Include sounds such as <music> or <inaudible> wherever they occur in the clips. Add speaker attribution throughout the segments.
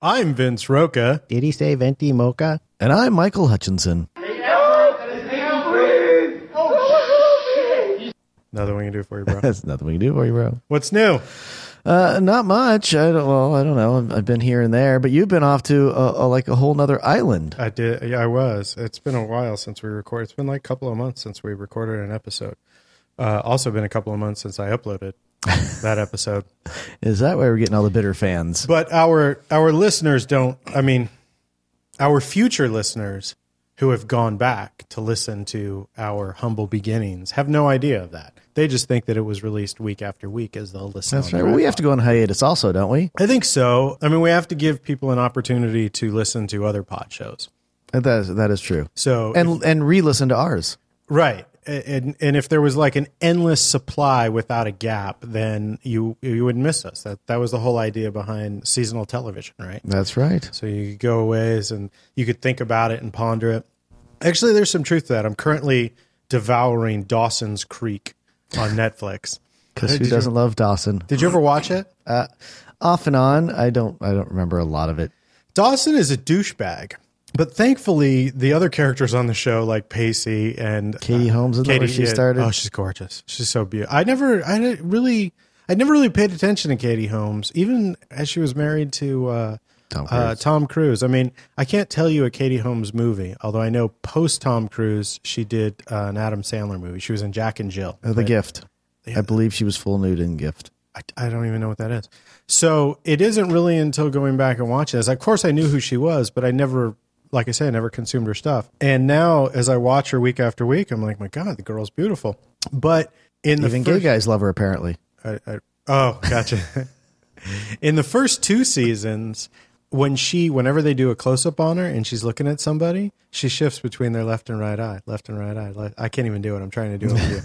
Speaker 1: I'm Vince Roca.
Speaker 2: Did he say venti mocha?
Speaker 3: And I'm Michael Hutchinson.
Speaker 1: Nothing we can do for you,
Speaker 3: <laughs>
Speaker 1: bro.
Speaker 3: <laughs> That's nothing we can do for you, bro.
Speaker 1: What's new?
Speaker 3: Uh, not much. I don't. Well, I don't know. I've, I've been here and there, but you've been off to a, a, like a whole nother island.
Speaker 1: I did. Yeah, I was. It's been a while since we recorded. It's been like a couple of months since we recorded an episode. Uh, also, been a couple of months since I
Speaker 3: <laughs>
Speaker 1: uploaded that episode.
Speaker 3: Is that why we're getting all the bitter fans?
Speaker 1: But our our listeners don't. I mean, our future listeners who have gone back to listen to our humble beginnings have no idea of that. They just think that it was released week after week as they'll listen.
Speaker 3: That's right. Well, we have to go on hiatus, also, don't we?
Speaker 1: I think so. I mean, we have to give people an opportunity to listen to other pod shows.
Speaker 3: That is, that is true.
Speaker 1: So
Speaker 3: And and re-listen to ours.
Speaker 1: Right. And and if there was like an endless supply without a gap, then you you would miss us. That that was the whole idea behind seasonal television, right?
Speaker 3: That's right.
Speaker 1: So you could go a ways and you could think about it and ponder it. Actually, there's some truth to that. I'm currently devouring Dawson's Creek on Netflix.
Speaker 3: Because who doesn't love Dawson? Uh,
Speaker 1: Did you ever watch it?
Speaker 3: Off and on. I don't. I don't remember a lot of it.
Speaker 1: Dawson is a douchebag, but thankfully the other characters on the show, like Pacey and
Speaker 3: Uh, Katie Holmes, isn't that where she started?
Speaker 1: Oh, she's gorgeous. She's so beautiful. I never, I didn't really, I never really paid attention to Katie Holmes, even as she was married to uh,
Speaker 3: Tom
Speaker 1: Uh, Tom Cruise. I mean, I can't tell you a Katie Holmes movie, although I know post Tom Cruise she did uh, an Adam Sandler movie. She was in Jack and Jill.
Speaker 3: Oh, the Gift. I believe she was full nude in Gift.
Speaker 1: I, I don't even know what that is. So it isn't really until going back and watching this. Of course, I knew who she was, but I never, like I say, I never consumed her stuff. And now, as I watch her week after week, I'm like, my God, the girl's beautiful. But in the
Speaker 3: Even
Speaker 1: first,
Speaker 3: gay guys love her apparently.
Speaker 1: I, I, oh, gotcha. <laughs> In the first two seasons, when she, whenever they do a close up on her and she's looking at somebody, she shifts between their left and right eye, left and right eye. Left. I can't even do it. I'm trying to do it. With you.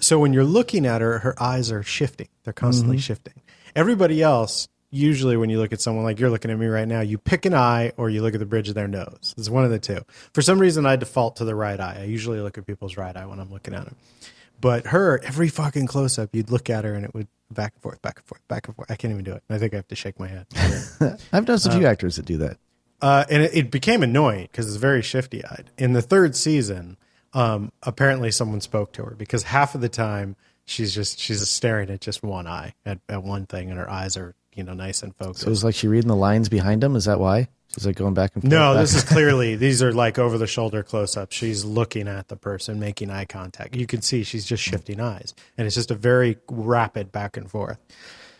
Speaker 1: So when you're looking at her, her eyes are shifting. They're constantly shifting. Everybody else, usually when you look at someone like you're looking at me right now, you pick an eye or you look at the bridge of their nose. It's one of the two. For some reason, I default to the right eye. I usually look at people's right eye when I'm looking at them. But her, every fucking close up, you'd look at her and it would back and forth, back and forth, back and forth. I can't even do it. I think I have to shake my head.
Speaker 3: I've noticed a few actors that do that.
Speaker 1: uh, and it, it became annoying because it's very shifty eyed. In the third season, um, apparently someone spoke to her because half of the time she's just she's just staring at just one eye at, at one thing, and her eyes are you know nice and focused.
Speaker 3: So it was like she reading the lines behind him. Is that why she's like going back and forth?
Speaker 1: no,
Speaker 3: back-
Speaker 1: this is clearly these are like over the shoulder close ups. She's looking at the person, making eye contact. You can see she's just shifting eyes, and it's just a very rapid back and forth.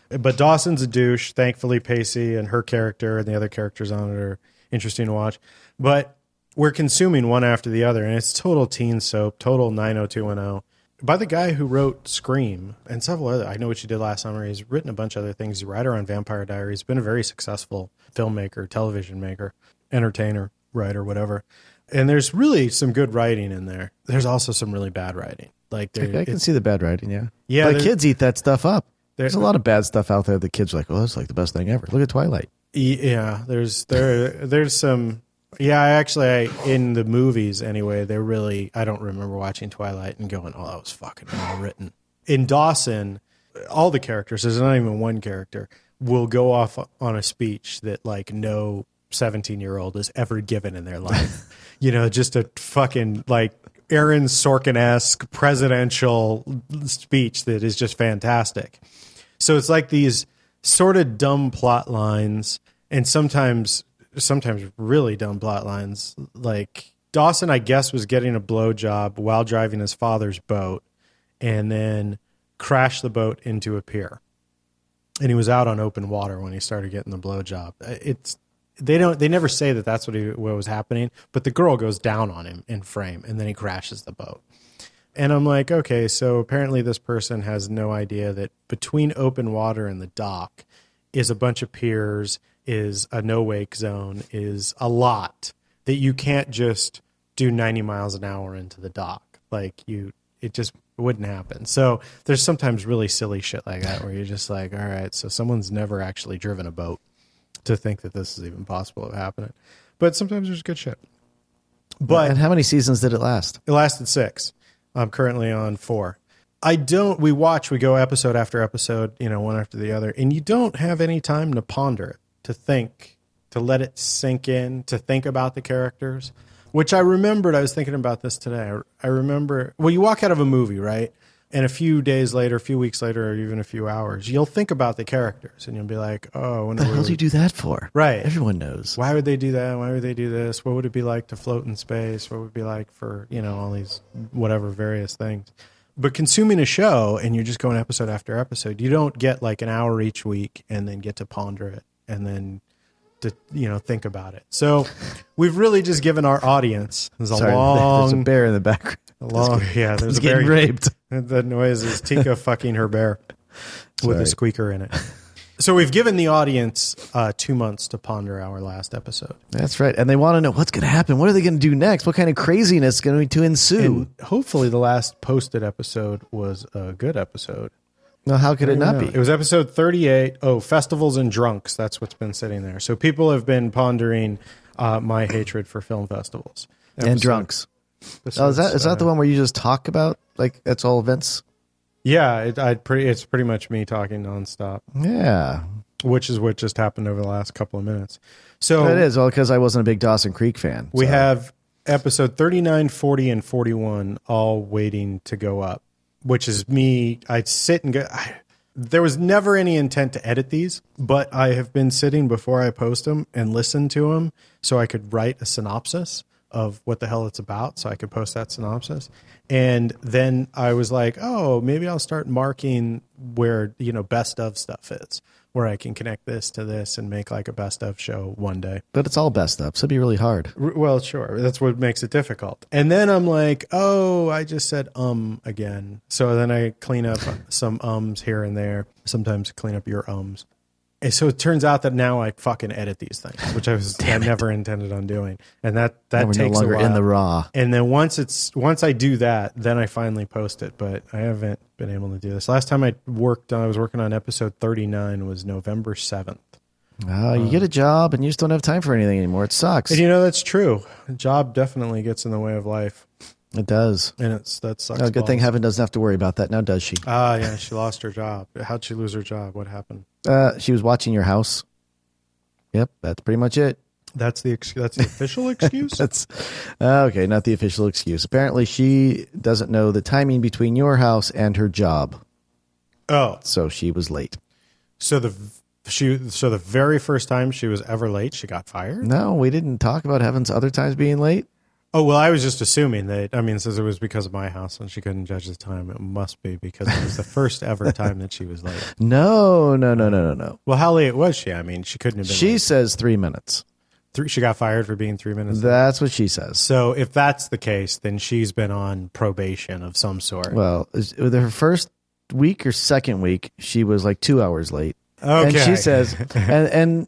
Speaker 1: But Dawson's a douche. Thankfully, Pacey and her character and the other characters on it are interesting to watch. But we're consuming one after the other, and it's total teen soap, total 90210. By the guy who wrote Scream and several other, I know what you did last summer. He's written a bunch of other things. He's a writer on Vampire Diaries. He's been a very successful filmmaker, television maker, entertainer, writer, whatever. And there's really some good writing in there. There's also some really bad writing. Like there,
Speaker 3: I can
Speaker 1: it's-
Speaker 3: see the bad writing. Yeah,
Speaker 1: Yeah,
Speaker 3: But
Speaker 1: there-
Speaker 3: kids eat that stuff up.
Speaker 1: There-
Speaker 3: There's a lot of bad stuff out there. The kids are like, "Well, that's like the best thing ever." Look at Twilight.
Speaker 1: Yeah, there's there there's some yeah, I actually I, in the movies anyway, they're really I don't remember watching Twilight and going, "Oh, that was fucking well written." In Dawson, all the characters, there's not even one character will go off on a speech that like no 17-year-old has ever given in their life. you know, just a fucking like Aaron Sorkin-esque presidential speech that is just fantastic. So it's like these sort of dumb plot lines and sometimes sometimes really dumb plot lines. Like Dawson, I guess, was getting a blowjob while driving his father's boat and then crashed the boat into a pier. And he was out on open water when he started getting the blowjob. Uh, It's they don't they never say that that's what he, what was happening, but the girl goes down on him in frame and then he crashes the boat. And I'm like, okay, so apparently this person has no idea that between open water and the dock is a bunch of piers, is a no wake zone, is a lot that you can't just do 90 miles an hour into the dock. Like you, it just wouldn't happen. So there's sometimes really silly shit like that where you're just like, all right, so someone's never actually driven a boat to think that this is even possible of happening. But sometimes there's good shit. But
Speaker 3: and how many seasons did it last?
Speaker 1: it lasted six. I'm currently on four. I don't. We watch. We go episode after episode. You know, one after the other, and you don't have any time to ponder it, to think, to let it sink in, to think about the characters, which I remembered. I was thinking about this today. I, I remember, well, you walk out of a movie, right? And a few days later, a few weeks later, or even a few hours, you'll think about the characters and you'll be like, oh, when
Speaker 3: What the <laughs> hell do you do that for?
Speaker 1: Right.
Speaker 3: Everyone knows.
Speaker 1: why would they do that? Why would they do this? What would it be like to float in space? What would it be like for, you know, all these whatever various things? But consuming a show and you're just going episode after episode, you don't get like an hour each week and then get to ponder it and then to, you know, think about it. So we've really just given our audience there's a
Speaker 3: Sorry, <laughs>
Speaker 1: long,
Speaker 3: there's a bear in the background.
Speaker 1: <laughs> a long, yeah, there's
Speaker 3: <laughs> He's
Speaker 1: a very,
Speaker 3: getting raped.
Speaker 1: <laughs> the noise is Tika fucking her bear with
Speaker 3: Sorry.
Speaker 1: a squeaker in it. So we've given the audience uh, two months to ponder our last episode.
Speaker 3: That's right. And they want to know what's going to happen. What are they going to do next? What kind of craziness is going to ensue?
Speaker 1: And hopefully, the last posted episode was a good episode.
Speaker 3: no, how could it not
Speaker 1: Yeah.
Speaker 3: be?
Speaker 1: It was episode 38. Oh, festivals and drunks. That's what's been sitting there. So people have been pondering uh, my hatred for film festivals
Speaker 3: and drunks. Oh, is that is
Speaker 1: Uh,
Speaker 3: that the one where you just talk about like that's all events?
Speaker 1: Yeah, it, I pretty. It's pretty much me talking nonstop,
Speaker 3: Yeah,
Speaker 1: which is what just happened over the last couple of minutes. So
Speaker 3: that is all because I wasn't a big Dawson Creek fan.
Speaker 1: We
Speaker 3: so-
Speaker 1: have episode 39, 40, and 41 all waiting to go up, which is me. I sit and go. I, there was never any intent to edit these, but I have been sitting before I post them and listen to them so I could write a synopsis of what the hell it's about so I could post that synopsis. And then I was like, oh, maybe I'll start marking where, you know, best of stuff is, where I can connect this to this and make like a best of show one day.
Speaker 3: but it's all best up, so it'd be really hard.
Speaker 1: R- Well, sure. That's what makes it difficult. And then I'm like, oh, I just said um again. So then I clean up some ums here and there. Sometimes clean up your ums. And so it turns out that now I fucking edit these things, which I
Speaker 3: <laughs>
Speaker 1: was I never intended on doing. And that that
Speaker 3: And we're no
Speaker 1: takes
Speaker 3: longer
Speaker 1: a while.
Speaker 3: in the raw.
Speaker 1: and then once it's once I do that, then I finally post it. But I haven't been able to do this. Last time I worked, I was working on episode thirty nine was November seventh.
Speaker 3: Oh, you get a job and you just don't have time for anything anymore. It sucks.
Speaker 1: And Uh. you know that's true. Job definitely gets in the way of life.
Speaker 3: It does.
Speaker 1: and it's that sucks.
Speaker 3: Oh, good thing
Speaker 1: balls.
Speaker 3: Heaven doesn't have to worry about that now, does she?
Speaker 1: Ah, yeah, she lost her job. How'd she lose her job? What happened?
Speaker 3: Uh, she was watching your house. Yep, that's pretty much it.
Speaker 1: That's the ex- that's the official
Speaker 3: <laughs>
Speaker 1: excuse.
Speaker 3: That's uh, okay. Not the official excuse. Apparently, she doesn't know the timing between your house and her job,
Speaker 1: oh,
Speaker 3: so she was late.
Speaker 1: so the v- she so the very first time she was ever late, she got fired.
Speaker 3: No, we didn't talk about Heaven's other times being late.
Speaker 1: Oh well, I was just assuming that. I mean, since it was because of my house and she couldn't judge the time, it must be because it was the first
Speaker 3: <laughs>
Speaker 1: ever time that she was late.
Speaker 3: No, no, no, no, no, no.
Speaker 1: Well, how late was she? I mean, she couldn't have been.
Speaker 3: She
Speaker 1: late.
Speaker 3: says three minutes.
Speaker 1: Three, she got fired for being three minutes. late.
Speaker 3: That's what she says.
Speaker 1: so if that's the case, then she's been on probation of some sort.
Speaker 3: Well, is- with her first week or second week, she was like two hours late.
Speaker 1: okay,
Speaker 3: And she
Speaker 1: <laughs>
Speaker 3: says, and,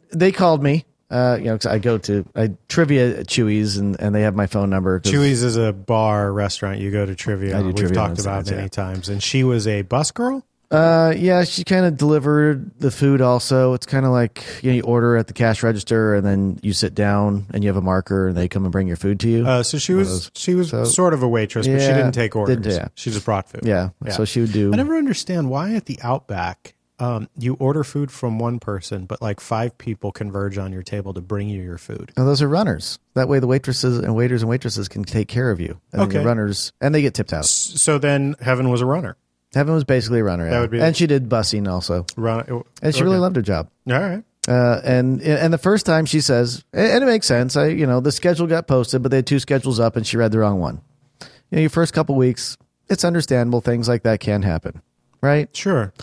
Speaker 3: and they called me. Uh, you know, 'cause I go to I trivia at Chewy's and, and they have my phone number. 'cause-
Speaker 1: Chewy's is a bar restaurant you go to trivia.
Speaker 3: I
Speaker 1: on.
Speaker 3: do
Speaker 1: We've
Speaker 3: trivia on
Speaker 1: talked about
Speaker 3: Sundays,
Speaker 1: many
Speaker 3: yeah.
Speaker 1: times, and she was a bus girl.
Speaker 3: Uh, yeah, she kind of delivered the food. Also, it's kind of like you, know, you order at the cash register and then you sit down and you have a marker and they come and bring your food to you.
Speaker 1: Uh, so she was she was sort of a waitress, but she
Speaker 3: Yeah,
Speaker 1: didn't take orders.
Speaker 3: didn't- yeah.
Speaker 1: She just brought food.
Speaker 3: yeah, so she would do.
Speaker 1: I never understand why at the Outback um, you order food from one person, but like five people converge on your table to bring you your food.
Speaker 3: No, Oh, those are runners. That way, the waitresses and waiters and waitresses can take care of you. And then
Speaker 1: Okay.
Speaker 3: the runners and they get tipped out.
Speaker 1: So then Heaven was a runner.
Speaker 3: Heaven was basically a runner. That
Speaker 1: would be-
Speaker 3: and she did busing also,
Speaker 1: Run.
Speaker 3: and she really loved her job.
Speaker 1: All right.
Speaker 3: Uh, and and the first time she says, and it makes sense. I you know the schedule got posted, but they had two schedules up, and she read the wrong one. You know, your first couple weeks, it's understandable. Things like that can happen, right?
Speaker 1: Sure.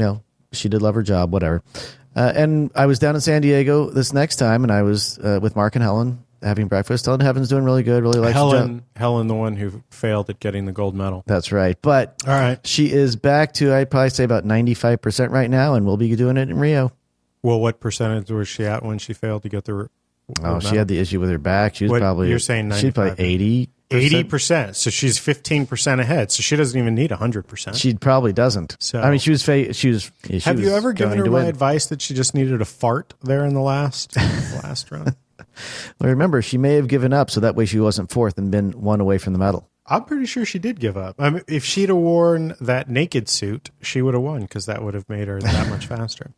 Speaker 3: No, she did love her job, whatever. Uh, and I was down in San Diego this next time, and I was uh, with Mark and Helen having breakfast. Helen Heaven's doing really good, really likes her job.
Speaker 1: Helen, Helen, the one who failed at getting the gold medal.
Speaker 3: That's right. But
Speaker 1: All right.
Speaker 3: she is back to, I'd probably say about 95% right now, and we'll be doing it in Rio.
Speaker 1: Well, what percentage was she at when she failed to get the?
Speaker 3: Oh, she had the issue with her back. She was
Speaker 1: What-
Speaker 3: probably,
Speaker 1: you're saying
Speaker 3: she's probably
Speaker 1: 95%.
Speaker 3: 80.
Speaker 1: Eighty percent. So she's fifteen percent ahead. So she doesn't even need hundred percent.
Speaker 3: She probably doesn't.
Speaker 1: So-
Speaker 3: I mean, she was, fa- she was, she
Speaker 1: Have you
Speaker 3: was
Speaker 1: ever given
Speaker 3: going
Speaker 1: her
Speaker 3: to
Speaker 1: my
Speaker 3: win.
Speaker 1: advice that she just needed a fart there in the
Speaker 3: <laughs>
Speaker 1: last last round?
Speaker 3: Well, remember, she may have given up, so that way she wasn't fourth and been one away from the medal.
Speaker 1: I'm pretty sure she did give up. I mean, if she'd have worn
Speaker 3: <laughs>
Speaker 1: that naked suit, she would have won because that would have made her that much faster.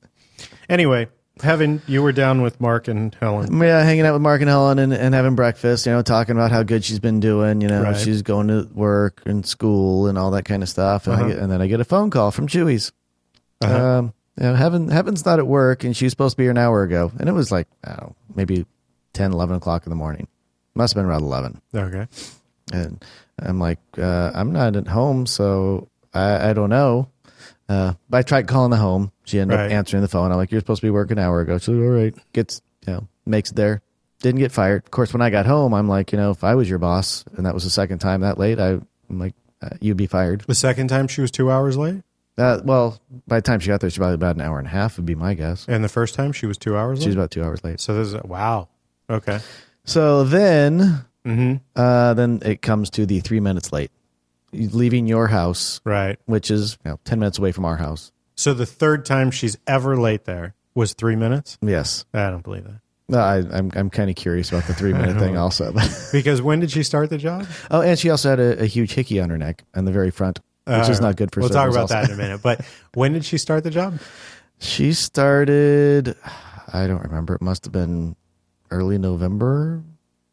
Speaker 1: Anyway, having you were down with Mark and Helen.
Speaker 3: Yeah, hanging out with Mark and Helen and, and having breakfast, you know, talking about how good she's been doing, you know,
Speaker 1: Right.
Speaker 3: she's going to work and school and all that kind of stuff. And, I
Speaker 1: Uh-huh.
Speaker 3: get, and then I get a phone call from Chewy's. Um, you know, Heaven, Heaven's not at work and she was supposed to be here an hour ago. And it was like, I don't know, maybe 10, 11 o'clock in the morning. Must have been around 11.
Speaker 1: Okay.
Speaker 3: And I'm like, uh, I'm not at home, so I, I don't know. Uh, but I tried calling the home. She ended up
Speaker 1: Right.
Speaker 3: answering the phone. I'm like, you're supposed to be working an hour ago. She's like, all right. Gets, you know, makes it there. Didn't get fired. Of course, when I got home, I'm like, you know, if I was your boss and that was the second time that late, I, I'm like, uh, you'd be fired.
Speaker 1: The second time she was two hours late,
Speaker 3: Uh, well, by the time she got there, she was probably about an hour and a half would be my guess.
Speaker 1: and the first time she was two hours
Speaker 3: She was
Speaker 1: late.
Speaker 3: about two hours late.
Speaker 1: So this is wow. Okay.
Speaker 3: So then,
Speaker 1: Mm-hmm.
Speaker 3: uh, then it comes to the three minutes late, leaving your house,
Speaker 1: Right.
Speaker 3: which is you know, ten minutes away from our house.
Speaker 1: So the third time she's ever late there was three minutes.
Speaker 3: Yes,
Speaker 1: I don't believe that
Speaker 3: No, Uh, I, I'm I'm kind of curious about the three
Speaker 1: <laughs>
Speaker 3: minute thing also. <laughs>
Speaker 1: because when did she start the job?
Speaker 3: oh, and she also had a, a huge hickey on her neck and the very front, which is not good for.
Speaker 1: Uh, We'll talk
Speaker 3: cervix
Speaker 1: about
Speaker 3: also.
Speaker 1: that in a minute. But when did she start the job?
Speaker 3: <laughs> She started. I don't remember. It must have been early November,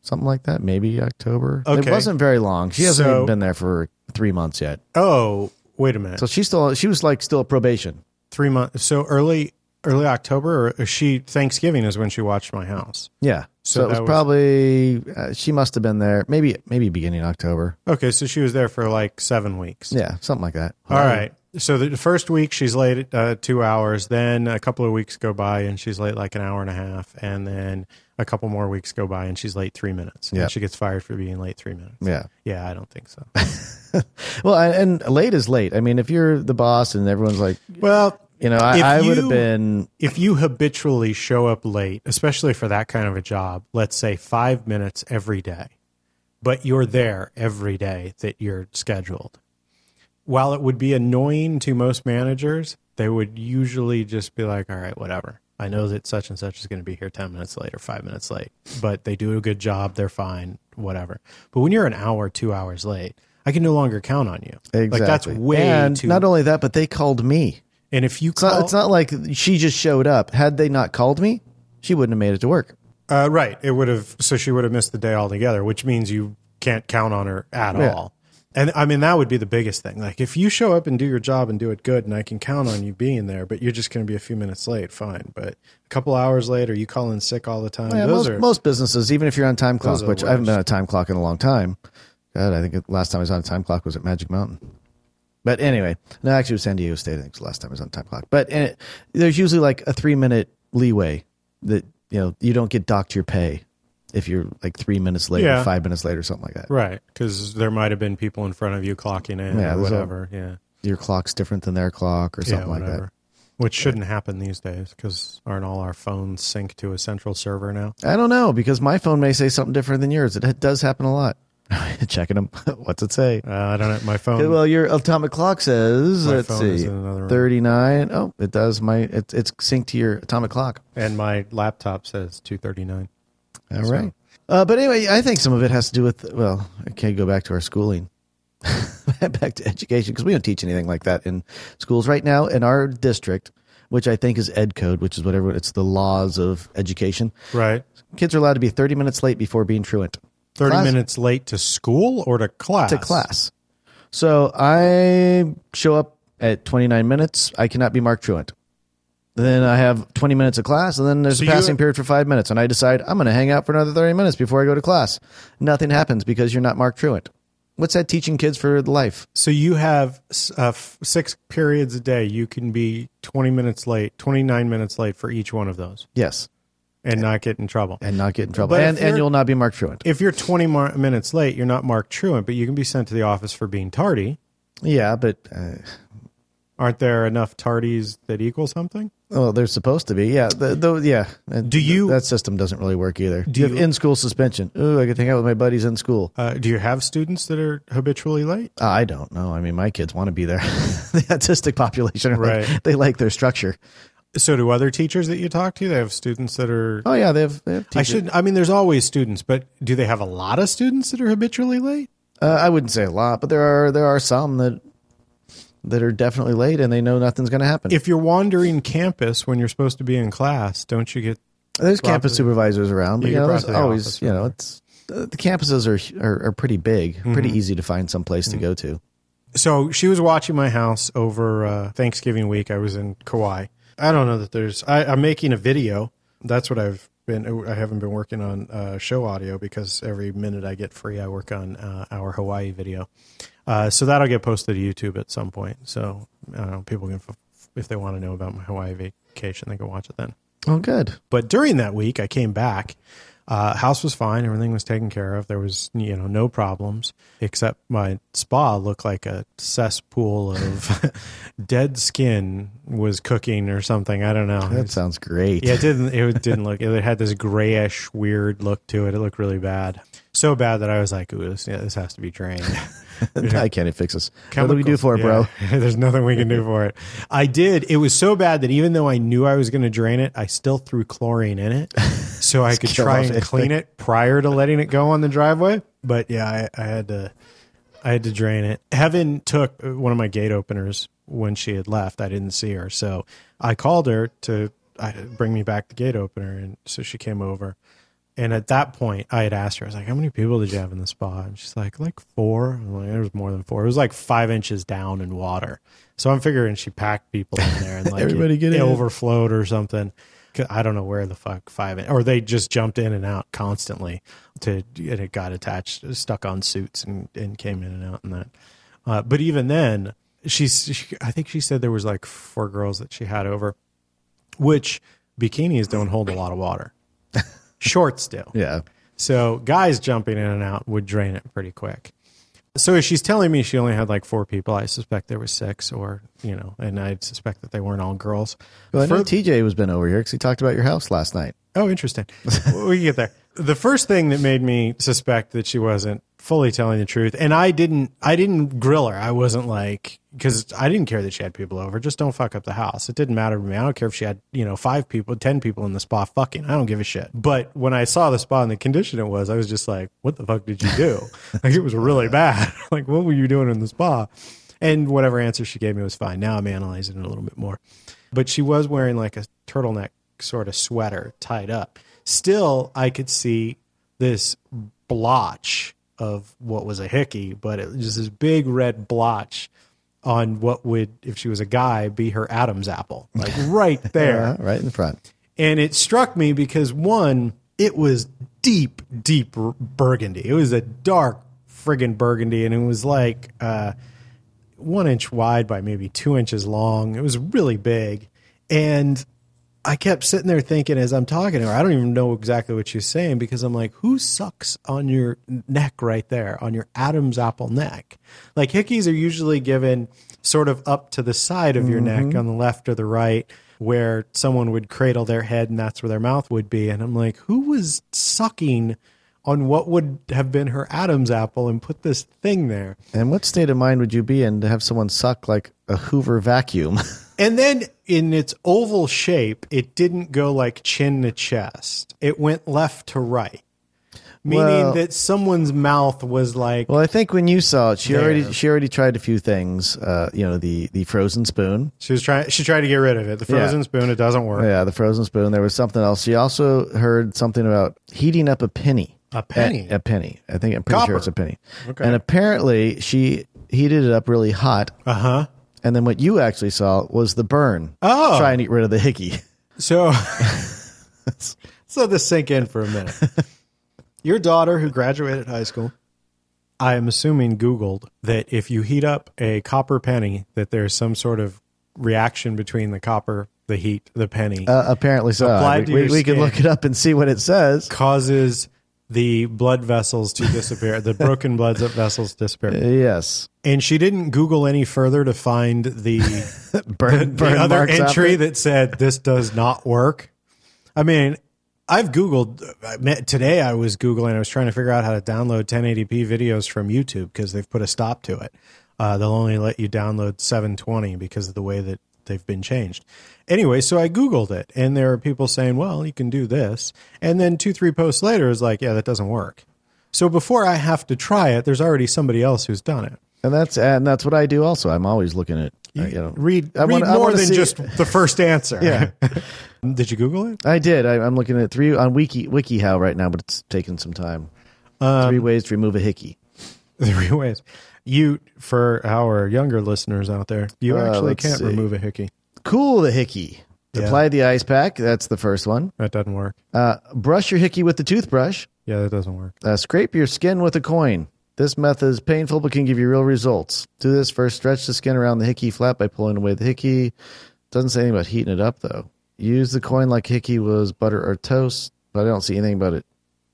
Speaker 3: something like that. Maybe October. It
Speaker 1: Okay.
Speaker 3: wasn't very long. She hasn't
Speaker 1: So-
Speaker 3: even been there for three months yet.
Speaker 1: Oh, wait a minute.
Speaker 3: So she's still she was like still probation.
Speaker 1: three months. So early, early October, or she Thanksgiving is when she watched my house.
Speaker 3: Yeah. So,
Speaker 1: So
Speaker 3: it was,
Speaker 1: that was-
Speaker 3: probably uh, she must have been there maybe maybe beginning October.
Speaker 1: Okay, so she was there for like seven weeks.
Speaker 3: Yeah, something like that.
Speaker 1: All right. So the first week she's late uh, two hours. Then a couple of weeks go by and she's late like an hour and a half. And then a couple more weeks go by and she's late three minutes.
Speaker 3: Yeah.
Speaker 1: And she gets fired for being late three minutes.
Speaker 3: Yeah.
Speaker 1: Yeah, I don't think
Speaker 3: <laughs>
Speaker 1: so.
Speaker 3: Well, and, and late is late. I mean, if you're the boss and everyone's like,
Speaker 1: well,
Speaker 3: you know, I,
Speaker 1: If
Speaker 3: I would have
Speaker 1: you-
Speaker 3: been.
Speaker 1: if you habitually show up late, especially for that kind of a job, let's say five minutes every day, but you're there every day that you're scheduled, while it would be annoying to most managers, they would usually just be like, all right, whatever. I know that such and such is going to be here 10 minutes late or five minutes late, but they do a good job. They're fine, whatever. But when you're an hour, two hours late, I can no longer count on you.
Speaker 3: Exactly.
Speaker 1: Like that's way
Speaker 3: and
Speaker 1: too.
Speaker 3: Not only that, but they called me.
Speaker 1: and if you
Speaker 3: It's not,
Speaker 1: call,
Speaker 3: it's not like she just showed up. Had they not called me, she wouldn't have made it to work.
Speaker 1: Uh, right. It would have, so she would have missed the day altogether, which means you can't count on her at
Speaker 3: Yeah.
Speaker 1: all. And I mean, that would be the biggest thing. Like, if you show up and do your job and do it good, and I can count on you being there, but you're just going to be a few minutes late, fine. But a couple hours later, you call in sick all the time.
Speaker 3: Yeah,
Speaker 1: those
Speaker 3: most,
Speaker 1: are,
Speaker 3: most businesses, even if you're on time clock,
Speaker 1: are the
Speaker 3: which I haven't
Speaker 1: worst.
Speaker 3: been on a time clock in a long time. God, I think the last time I was on a time clock was at Magic Mountain. But anyway, no, actually, it was San Diego State. I think was the last time I was on a time clock. But and it, there's usually like a three minute leeway that you know you don't get docked your pay if you're like three minutes late or
Speaker 1: Yeah.
Speaker 3: five minutes late or something like that.
Speaker 1: right. Because there might have been people in front of you clocking in
Speaker 3: Yeah,
Speaker 1: or
Speaker 3: there's a-
Speaker 1: whatever. yeah.
Speaker 3: Your clock's different than their clock or something
Speaker 1: yeah,
Speaker 3: like
Speaker 1: whatever.
Speaker 3: that.
Speaker 1: Which shouldn't happen these days because aren't all our phones synced to a central server now?
Speaker 3: I don't know because my phone may say something different than yours. It, it does happen a lot. <laughs> Checking them. <laughs> What's it say?
Speaker 1: Uh, I don't know. My
Speaker 3: Okay,
Speaker 1: phone.
Speaker 3: well, your atomic clock says
Speaker 1: My
Speaker 3: let's
Speaker 1: phone is
Speaker 3: see,
Speaker 1: in another room.
Speaker 3: thirty nine. Oh, it does. My it's it's synced to your atomic clock.
Speaker 1: and my laptop says 239.
Speaker 3: All right. Uh, but anyway, I think some of it has to do with well, I can't go back to our schooling, <laughs> back to education because we don't teach anything like that in schools right now in our district, which I think is Ed Code, which is whatever it's the laws of education.
Speaker 1: Right.
Speaker 3: Kids are allowed to be thirty minutes late before being truant.
Speaker 1: 30
Speaker 3: Class-
Speaker 1: minutes late to school or to class?
Speaker 3: to class. So I show up at 29 minutes. I cannot be marked truant. Then I have 20 minutes of class, and then there's a
Speaker 1: So you-
Speaker 3: passing period for five minutes. And I decide I'm going to hang out for another 30 minutes before I go to class. Nothing happens because you're not marked truant. What's that teaching kids for life?
Speaker 1: So you have uh, f- six periods a day. You can be 20 minutes late, 29 minutes late for each one of those
Speaker 3: Yes,
Speaker 1: and not get in trouble.
Speaker 3: and not get in trouble,
Speaker 1: But if
Speaker 3: and and
Speaker 1: you're-
Speaker 3: you'll not be marked truant.
Speaker 1: If you're 20 mar- minutes late, you're not marked truant, but you can be sent to the office for being tardy.
Speaker 3: Yeah, but uh,
Speaker 1: Aren't there enough tardies that equal something?
Speaker 3: well, they're supposed to be. Yeah, the, the, yeah.
Speaker 1: Do you-
Speaker 3: That system doesn't really work either. Do you have
Speaker 1: you-
Speaker 3: in school suspension? Ooh, I could hang out with my buddies in school.
Speaker 1: Uh, do you have students that are habitually late?
Speaker 3: I don't know. I mean, my kids want to be there. <laughs> the autistic population, are like-
Speaker 1: Right.
Speaker 3: they like their structure.
Speaker 1: So do other teachers that you talk to? They have students that are.
Speaker 3: Oh yeah, they have. They have
Speaker 1: I
Speaker 3: teachers.
Speaker 1: should. I mean, there's always students, but do they have a lot of students that are habitually late?
Speaker 3: Uh, I wouldn't say a lot, but there are there are some that that are definitely late and they know nothing's going to happen.
Speaker 1: If you're wandering campus when you're supposed to be in class, don't you get
Speaker 3: there's
Speaker 1: brought
Speaker 3: campus
Speaker 1: to-
Speaker 3: supervisors around, but
Speaker 1: Yeah,
Speaker 3: you
Speaker 1: you're
Speaker 3: know,
Speaker 1: brought
Speaker 3: there's
Speaker 1: to the
Speaker 3: always,
Speaker 1: office
Speaker 3: you know, it's uh, the the campuses are are, are pretty big,
Speaker 1: Mm-hmm.
Speaker 3: pretty easy to find some place to go to.
Speaker 1: so she was watching my house over uh, Thanksgiving week. I was in Kauai. I don't know that there's. I, I'm making a video. That's what I've been. I haven't been working on uh, show audio because every minute I get free, I work on uh, our Hawaii video. Uh, so that'll get posted to YouTube at some point. So uh, people can, if they want to know about my Hawaii vacation, they can watch it then.
Speaker 3: Oh, good.
Speaker 1: But during that week, I came back. Uh, house was fine. Everything was taken care of. There was, you know, no problems except my spa looked like a cesspool of <laughs> dead skin was cooking or something. I don't know.
Speaker 3: That sounds great. <laughs>
Speaker 1: Yeah, it didn't. It didn't look. It had this grayish, weird look to it. It looked really bad. So bad that I was like, "Ooh, this, yeah, this has to be drained."
Speaker 3: I can't fix this. What do we do for it, bro?
Speaker 1: bro? <laughs> There's nothing we can do for it. I did. It was so bad that even though I knew I was going to drain it, I still threw chlorine in
Speaker 3: <laughs>
Speaker 1: it so I could
Speaker 3: kill
Speaker 1: try
Speaker 3: off
Speaker 1: and
Speaker 3: anything.
Speaker 1: clean it prior to letting it go on the driveway. But yeah, I, I had to. I had to drain it. Heaven took one of my gate openers when she had left. I didn't see her, so I called her to I, bring me back the gate opener, and so she came over. And at that point, I had asked her, I was like, "How many people did you have in the spa?" And she's like, "Like four. I'm like, "There was more than four. It was like five inches down in water." So I'm figuring she packed people in there, and like
Speaker 3: <laughs> Everybody
Speaker 1: it,
Speaker 3: get
Speaker 1: it
Speaker 3: in.
Speaker 1: overflowed or something. 'Cause I don't know where the fuck five, in- or they just jumped in and out constantly. To and it got attached, stuck on suits, and and came in and out and that. Uh, but even then, she's. She, I think she said there was like four girls that she had over, which bikinis don't hold a lot of
Speaker 3: <laughs>
Speaker 1: water. Shorts do.
Speaker 3: Yeah.
Speaker 1: So guys jumping in and out would drain it pretty quick. So if she's telling me she only had like four people, I suspect there was six, or you know, and I suspect that they weren't all girls.
Speaker 3: Well, I know
Speaker 1: Fur-
Speaker 3: TJ was been over here because he talked about your house last night.
Speaker 1: Oh, interesting. we can get there. The first thing that made me suspect that she wasn't fully telling the truth, and I didn't, I didn't grill her. I wasn't like because I didn't care that she had people over. Just don't fuck up the house. It didn't matter to me. I don't care if she had you know five people, ten people in the spa. Fucking, I don't give a shit. But when I saw the spa and the condition it was, I was just like, what the fuck did you do? <laughs> like it was really bad. <laughs> like what were you doing in the spa? And whatever answer she gave me was fine. Now I'm analyzing it a little bit more. But she was wearing like a turtleneck sort of sweater tied up. Still, I could see this blotch of what was a hickey, but it was just this big red blotch on what would, if she was a guy, be her Adam's apple, like right there.
Speaker 3: Uh, right in front.
Speaker 1: And it struck me because one, it was deep, deep r- burgundy. It was a dark friggin' burgundy, and it was like uh, one inch wide by maybe two inches long. It was really big. And I kept sitting there thinking as I'm talking to her, I don't even know exactly what she's saying because I'm like, who sucks on your neck right there, on your Adam's apple neck? Like hickeys are usually given sort of up to the side of your neck on the left or the right, where someone would cradle their head and that's where their mouth would be. And I'm like, who was sucking on what would have been her Adam's apple and put this thing there?
Speaker 3: And what state of mind would you be in to have someone suck like a Hoover vacuum? <laughs>
Speaker 1: And then in its oval shape, it didn't go like chin to chest. It went left to right, meaning
Speaker 3: Well-
Speaker 1: that someone's mouth was like,
Speaker 3: well, I think when you saw it, she
Speaker 1: There.
Speaker 3: already she already tried a few things. Uh, you know, the the frozen spoon.
Speaker 1: she was trying, she tried to get rid of it. The frozen
Speaker 3: Yeah.
Speaker 1: spoon, it doesn't work.
Speaker 3: Yeah, the frozen spoon. There was something else. She also heard something about heating up a penny.
Speaker 1: A penny?
Speaker 3: A, a penny. I think I'm pretty
Speaker 1: Copper.
Speaker 3: sure it's a penny.
Speaker 1: Okay.
Speaker 3: And apparently she heated it up really hot.
Speaker 1: Uh huh.
Speaker 3: And then what you actually saw was the burn.
Speaker 1: Oh.
Speaker 3: Trying to get rid of the hickey. <laughs>
Speaker 1: <laughs> So, so let this sink in for a minute. <laughs> Your daughter, who graduated high school, I am assuming Googled that if you heat up a copper penny, that there's some sort of reaction between the copper, the heat, the penny.
Speaker 3: Uh, apparently so.
Speaker 1: Applied to
Speaker 3: we we,
Speaker 1: your
Speaker 3: we can
Speaker 1: skin.
Speaker 3: look it up and see what it says.
Speaker 1: causes the blood vessels to disappear, the broken blood vessels disappear.
Speaker 3: Yes.
Speaker 1: And she didn't Google any further to find the,
Speaker 3: Burn, <laughs>
Speaker 1: the
Speaker 3: burn
Speaker 1: other
Speaker 3: marks
Speaker 1: entry
Speaker 3: after.
Speaker 1: that said this does not work. I mean, I've Googled I met- today. I was Googling. I was trying to figure out how to download 1080p videos from YouTube because they've put a stop to it. Uh, they'll only let you download 720 because of the way that they've been changed. Anyway, so I Googled it, and there are people saying, "Well, you can do this," and then two, three posts later is like, "Yeah, that doesn't work." So before I have to try it, there's already somebody else who's done it.
Speaker 3: And that's and that's what I do also. I'm always looking at I, you know,
Speaker 1: read,
Speaker 3: I
Speaker 1: read
Speaker 3: wanna- I
Speaker 1: more
Speaker 3: wanna
Speaker 1: than
Speaker 3: see-
Speaker 1: just the first answer.
Speaker 3: Yeah.
Speaker 1: <laughs> Did you Google it?
Speaker 3: I did. I, I'm looking at three on Wiki WikiHow right now, but it's taking some time.
Speaker 1: Um,
Speaker 3: three ways to remove a hickey.
Speaker 1: <laughs> Three ways. You, for our younger listeners out there, you
Speaker 3: Uh,
Speaker 1: actually
Speaker 3: let's
Speaker 1: can't
Speaker 3: see.
Speaker 1: remove a hickey.
Speaker 3: Cool the hickey.
Speaker 1: Yeah.
Speaker 3: Apply the ice pack. That's the first one.
Speaker 1: That doesn't work.
Speaker 3: Uh, brush your hickey with the toothbrush.
Speaker 1: Yeah, that doesn't work.
Speaker 3: Uh, scrape your skin with a coin. This method is painful but can give you real results. Do this first. Stretch the skin around the hickey flap by pulling away the hickey. Doesn't say anything about heating it up though. Use the coin like hickey was butter or toast, but I don't see anything about it.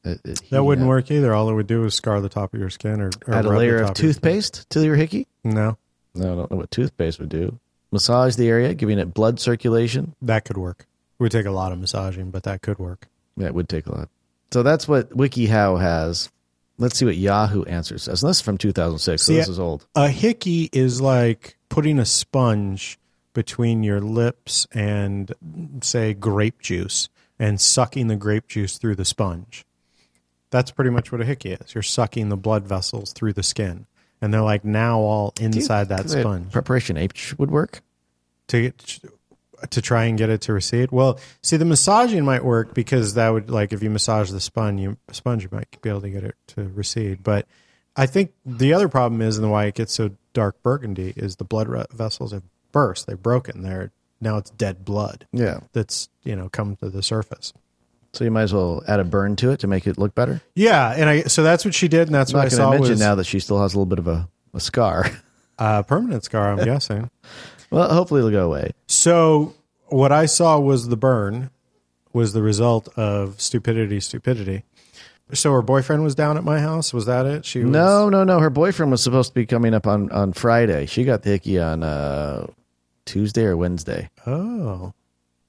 Speaker 3: it, it
Speaker 1: That
Speaker 3: heating
Speaker 1: wouldn't
Speaker 3: up.
Speaker 1: work either. All it would do is scar the top of your skin or, or
Speaker 3: Add a
Speaker 1: rub the
Speaker 3: layer
Speaker 1: top
Speaker 3: of
Speaker 1: your skin.
Speaker 3: toothpaste to your hickey.
Speaker 1: No,
Speaker 3: No, I don't know what toothpaste would do. Massage the area, giving it blood circulation.
Speaker 1: that could work. It would take a lot of massaging, but that could work.
Speaker 3: That would take a lot. So that's what WikiHow has. Let's see what Yahoo answers us. And this is from 2006, so
Speaker 1: See,
Speaker 3: this
Speaker 1: I-
Speaker 3: is old.
Speaker 1: A hickey is like putting a sponge between your lips and, say, grape juice and sucking the grape juice through the sponge. That's pretty much what a hickey is. You're sucking the blood vessels through the skin. And they're like now all inside that
Speaker 3: Could it-
Speaker 1: sponge
Speaker 3: Preparation H would work.
Speaker 1: to get, to try and get it to recede. Well, see, the massaging might work because that would like if you massage the sponge, you sponge, you might be able to get it to recede. But I think the other problem is, and why it gets so dark burgundy, is the blood re- vessels have burst. They're broken. They're now it's dead blood
Speaker 3: Yeah.
Speaker 1: that's you know come to the surface.
Speaker 3: So you might as well add a burn to it to make it look better.
Speaker 1: Yeah, and I so that's what she did, and that's
Speaker 3: I'm
Speaker 1: what I
Speaker 3: not going
Speaker 1: saw
Speaker 3: to mention
Speaker 1: was
Speaker 3: now that she still has a little bit of a, a scar. <laughs>
Speaker 1: a permanent scar. I'm guessing.
Speaker 3: well, hopefully it'll go away.
Speaker 1: So what I saw was the burn was the result of stupidity, stupidity. So her boyfriend was down at my house. Was that it? She was,
Speaker 3: No, no, no. Her boyfriend was supposed to be coming up on, on Friday. She got the hickey on uh, Tuesday or Wednesday.
Speaker 1: Oh,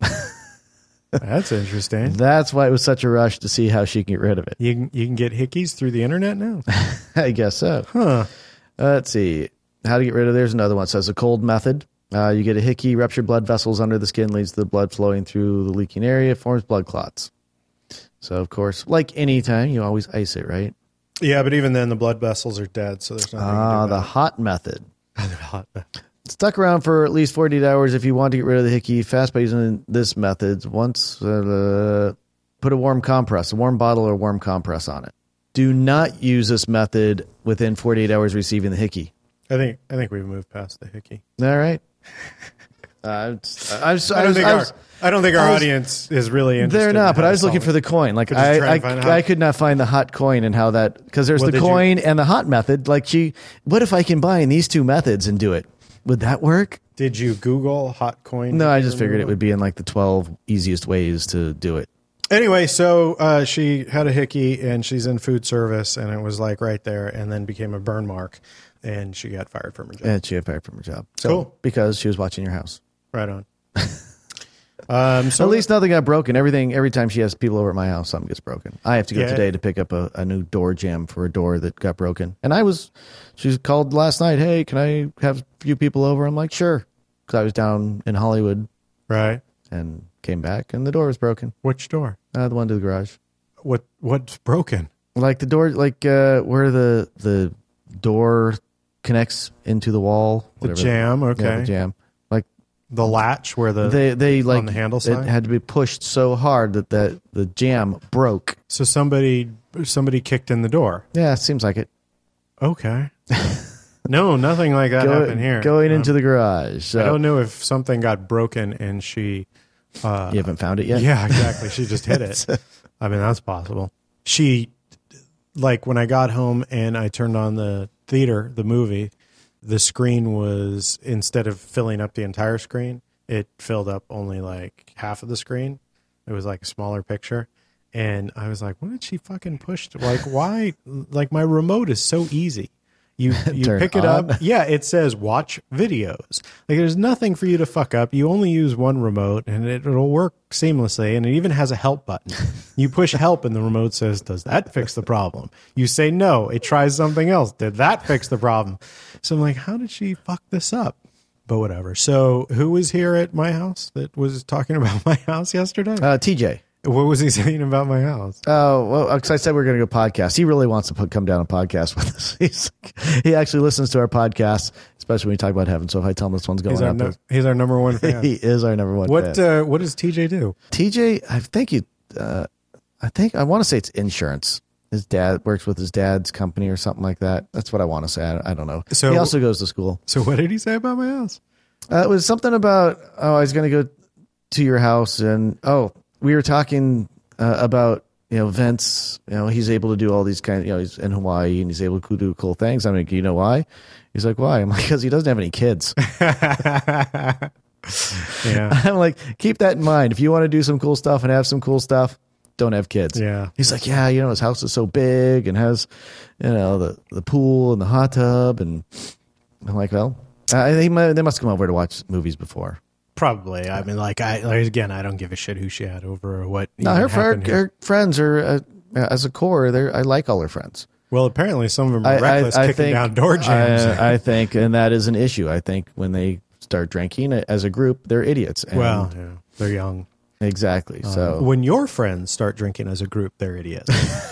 Speaker 1: <laughs> that's interesting.
Speaker 3: That's why it was such a rush to see how she can get rid of it.
Speaker 1: You can, you can get hickeys through the internet now.
Speaker 3: <laughs> I guess so. Huh. let's see. How to get rid of there's another one. So it's a cold method. Uh, you get a hickey, ruptured blood vessels under the skin, leads to the blood flowing through the leaking area, forms blood clots. So of course, like any time, you always ice it, right?
Speaker 1: Yeah, but even then, the blood vessels are dead, so there's nothing.
Speaker 3: Ah,
Speaker 1: you
Speaker 3: the hot method.
Speaker 1: can do about it.
Speaker 3: Stuck around for at least 48 hours if you want to get rid of the hickey fast by using this method. Once, uh, put a warm compress, a warm bottle or warm compress on it. Do not use this method within 48 hours of receiving the hickey.
Speaker 1: I think I think we've moved past the hickey.
Speaker 3: All right. Uh, I'm s- I was,
Speaker 1: I
Speaker 3: I
Speaker 1: don't
Speaker 3: was,
Speaker 1: think
Speaker 3: I
Speaker 1: our
Speaker 3: was-
Speaker 1: I don't think our
Speaker 3: was-
Speaker 1: audience is really interested.
Speaker 3: they're not, but I was looking for the coin. Like
Speaker 1: just
Speaker 3: I,
Speaker 1: trying to find out.
Speaker 3: I, I could not find the hot coin and how that because there's
Speaker 1: Well,
Speaker 3: the
Speaker 1: did you-
Speaker 3: coin and the hot method. Like, gee, what if I combine these two methods and do it? Would that work?
Speaker 1: Did you Google hot coin?
Speaker 3: No, I just figured it would be in like the twelve easiest ways to do it.
Speaker 1: Anyway, so uh, she had a hickey and she's in food service, and it was like right there, and then became a burn mark, and she got fired from her job.
Speaker 3: And she got fired from her job. So,
Speaker 1: Cool.
Speaker 3: Because she was watching your house.
Speaker 1: Right
Speaker 3: <laughs>
Speaker 1: on. um, so
Speaker 3: At least nothing got broken. Everything every time she has people over at my house, something gets broken. I have to go
Speaker 1: Yeah.
Speaker 3: today to pick up a, a new door jam for a door that got broken. And I was, she called last night. Hey, can I have a few people over? I'm like, sure, because I was down in Hollywood
Speaker 1: right,
Speaker 3: and came back, and the door was broken.
Speaker 1: which door?
Speaker 3: Uh, the one to the garage,
Speaker 1: What what's broken?
Speaker 3: like the door, like uh, where the the door connects into the wall.
Speaker 1: The
Speaker 3: whatever.
Speaker 1: jam, okay.
Speaker 3: Yeah,
Speaker 1: the,
Speaker 3: the jam. Like
Speaker 1: latch where the
Speaker 3: they they like
Speaker 1: the handle
Speaker 3: it
Speaker 1: side?
Speaker 3: had to be pushed so hard that the, the jam broke.
Speaker 1: so somebody somebody kicked in the door.
Speaker 3: Yeah, seems like it.
Speaker 1: Okay. <laughs> no, nothing like that happened here. Uh-huh.
Speaker 3: Going into the garage. Uh, So
Speaker 1: I don't know if something got broken and she uh,
Speaker 3: you haven't found it yet.
Speaker 1: Yeah, exactly. She just
Speaker 3: <laughs>
Speaker 1: hit it. I mean, that's possible. She, like, when I got home and I turned on the theater, the movie, the screen was, instead of filling up the entire screen, it filled up only like half of the screen. It was like a smaller picture. And I was like, what did she fucking push? to- Like, why? Like, my remote is so easy.
Speaker 3: <laughs>
Speaker 1: You, you
Speaker 3: Turn
Speaker 1: pick it
Speaker 3: on.
Speaker 1: up. Yeah, it says watch videos. Like there's nothing for you to fuck up. You only use one remote and it, it'll work seamlessly. And it even has a help button. You push help and the remote says, Does that fix the problem? You say no. It tries something else. Did that fix the problem? So I'm like, How did she fuck this up? But <laughs> whatever. So who was here at my house that was talking about my house yesterday?
Speaker 3: Uh, TJ.
Speaker 1: What was he saying about my house?
Speaker 3: Oh, well, because I said we are going to go podcast. He really wants to put, come down and podcast <laughs> with us. He's like, he actually listens to our podcast, especially when we talk about heaven. So if I tell him this one's going
Speaker 1: He's our,
Speaker 3: up,
Speaker 1: nu- he's our number one
Speaker 3: <laughs>
Speaker 1: fan.
Speaker 3: he is our number one.
Speaker 1: What
Speaker 3: fan.
Speaker 1: uh, what does TJ do?
Speaker 3: TJ? I think you. Uh, I think I want to say it's insurance. His dad works with his dad's company or something like that. That's what I want to say. I, I don't know.
Speaker 1: So-
Speaker 3: he also goes to school.
Speaker 1: So what did he say about my house?
Speaker 3: Uh, it was something about oh, I was going to go to your house, and oh, we were talking uh, about you know Vince. You know, he's able to do all these kind. You know, he's in Hawaii and he's able to do cool things. I'm like, you know why? He's like, why? I'm like, because he doesn't have any kids. <laughs>
Speaker 1: Yeah,
Speaker 3: I'm like, keep that in mind. If you want to do some cool stuff and have some cool stuff, don't have kids.
Speaker 1: yeah.
Speaker 3: He's like, yeah, you know, his house is so big and has, you know, the, the pool and the hot tub. And I'm like, well, uh, they, mu- they must come over to watch movies before.
Speaker 1: Probably. I mean, like I like, again, I don't give a shit who she had over or what.
Speaker 3: No,
Speaker 1: even
Speaker 3: her, her,
Speaker 1: happened here.
Speaker 3: her friends are, uh, as a core, they're, I like all her friends.
Speaker 1: Well, apparently some of them
Speaker 3: I,
Speaker 1: are reckless,
Speaker 3: I, I
Speaker 1: kicking
Speaker 3: think,
Speaker 1: down door jams.
Speaker 3: <laughs> I, I think, and that is an issue. I think when they start drinking uh, as a group, they're idiots. And
Speaker 1: well, yeah, they're young.
Speaker 3: exactly. So
Speaker 1: When your friends start drinking as a group, they're
Speaker 3: <laughs>
Speaker 1: idiots.